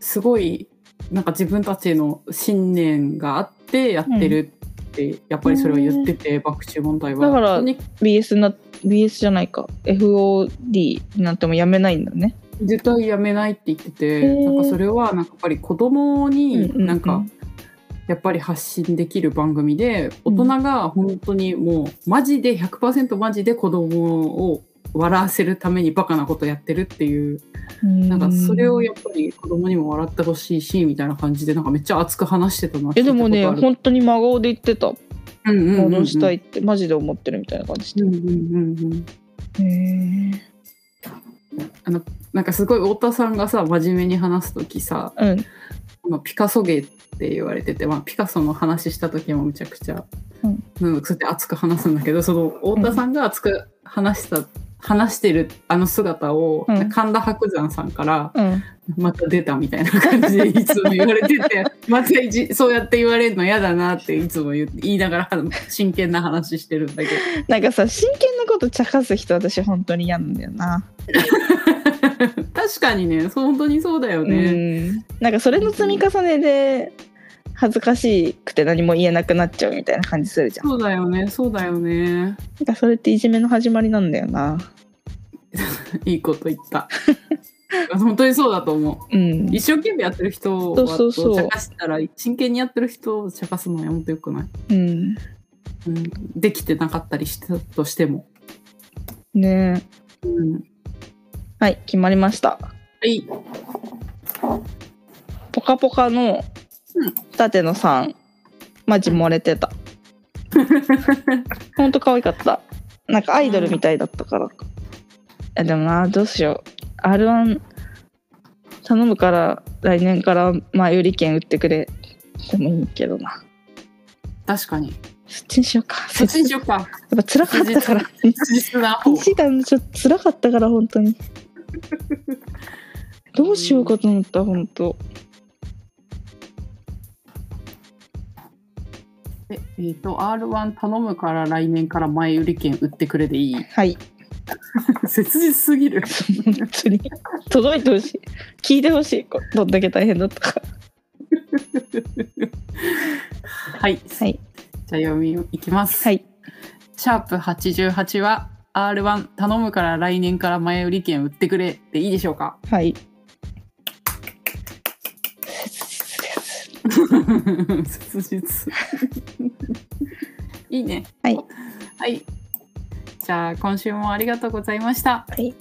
Speaker 2: すごい、なんか自分たちの信念があってやってるって、やっぱりそれを言ってて、爆中問題は。
Speaker 1: だから
Speaker 2: 本当に
Speaker 1: BS な BS じゃないか FOD になってもやめないんだね
Speaker 2: 絶対やめないって言ってて、
Speaker 1: へー
Speaker 2: なんかそれは、なんかやっぱり子供
Speaker 1: うん
Speaker 2: に
Speaker 1: うんうん
Speaker 2: なんか、やっぱり発信できる番組で
Speaker 1: う
Speaker 2: 大
Speaker 1: ん
Speaker 2: 人が本当にもうマジで100%マジで子供を笑わせるためにバカなことやってるっていう
Speaker 1: な
Speaker 2: なんかそれをやっぱり子供にも笑ってほしいしみたいな感じでなんかめっちゃ熱く話してたなって
Speaker 1: えでもね
Speaker 2: 聞いたことある
Speaker 1: 本当に真顔で言ってた
Speaker 2: うんうんうんうん
Speaker 1: 戻したいってマジで思ってるみたいな感じ
Speaker 2: う
Speaker 1: で
Speaker 2: んうんうんうん
Speaker 1: へ
Speaker 2: なんかすごい太田さんがさ真面目に話す時さ
Speaker 1: えうん
Speaker 2: このピカソ芸って言われてて、まあ、ピカソの話した時もむちゃくちゃ、
Speaker 1: うん
Speaker 2: うん、そうやって熱く話すんだけどその太田さんが熱く話した、話してるあの姿を、
Speaker 1: うん
Speaker 2: 神田伯山さんから
Speaker 1: うん
Speaker 2: また出たみたいな感じでいつも言われてて またいじそうやって言われるの嫌だなっていつも言う言いながらあの真剣な話してるんだけど
Speaker 1: なんかさ真剣なこと茶化す人私本当に嫌なんだよな
Speaker 2: 確かにねそう本当にそうだよね。
Speaker 1: うん、なんかそれの積み重ねで恥ずかしくて何も言えなくなっちゃうみたいな感じするじゃん
Speaker 2: そうだよね、そうだよね。
Speaker 1: なんかそれっていじめの始まりなんだよない
Speaker 2: いこと言った。 本当にそうだと思う。
Speaker 1: うん
Speaker 2: 一生懸命やってる人
Speaker 1: そ
Speaker 2: を
Speaker 1: うそうそう
Speaker 2: 茶化したら真剣にやってる人を茶化すのは本当よくない、
Speaker 1: うん
Speaker 2: うん、できてなかったりしたとしても、
Speaker 1: ねえ
Speaker 2: うん、
Speaker 1: はい決まりました
Speaker 2: はい
Speaker 1: 「ぽかぽか」の
Speaker 2: うん
Speaker 1: 舘野さんマジ漏れて たほんと可愛かったなんかアイドルみたいだったから、いやでもなどうしよう R1 頼むから来年から前売り券売ってくれでもいいけどな
Speaker 2: 確かに。
Speaker 1: そっちにしようか
Speaker 2: そっちにしようか。
Speaker 1: やっぱ辛かったから
Speaker 2: 実質な方
Speaker 1: 2時間ちょっと辛かったから本当 にどうしようかと思った本当
Speaker 2: えっ、えーと、R1 頼むから来年から前売り券売ってくれでい い。
Speaker 1: はい
Speaker 2: 切実すぎる。
Speaker 1: 本当に届いてほしい聞いてほしいこれどんだけ大変だったか
Speaker 2: はい。
Speaker 1: はい
Speaker 2: じゃあ読みをいきます。
Speaker 1: はい
Speaker 2: シャープ88は R1 頼むから来年から前売り券売ってくれでいいでしょうか
Speaker 1: はい切実です
Speaker 2: 切実。いいね。
Speaker 1: はい。
Speaker 2: はい。じゃあ今週もありがとうございました。
Speaker 1: はい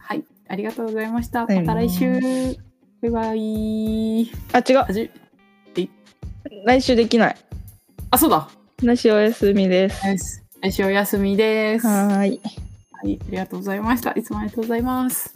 Speaker 2: はい。ありがとうございまし
Speaker 1: あ
Speaker 2: た。
Speaker 1: りがと
Speaker 2: ま
Speaker 1: うござ
Speaker 2: た
Speaker 1: い
Speaker 2: 来
Speaker 1: ます
Speaker 2: 週。バイバイ。
Speaker 1: あ違
Speaker 2: はじ
Speaker 1: う来週できない
Speaker 2: あ、そうだ。
Speaker 1: 来週お休みです
Speaker 2: です。来週お休みです。
Speaker 1: はーい
Speaker 2: はい、ありがとうございました。いつもありがとうございます。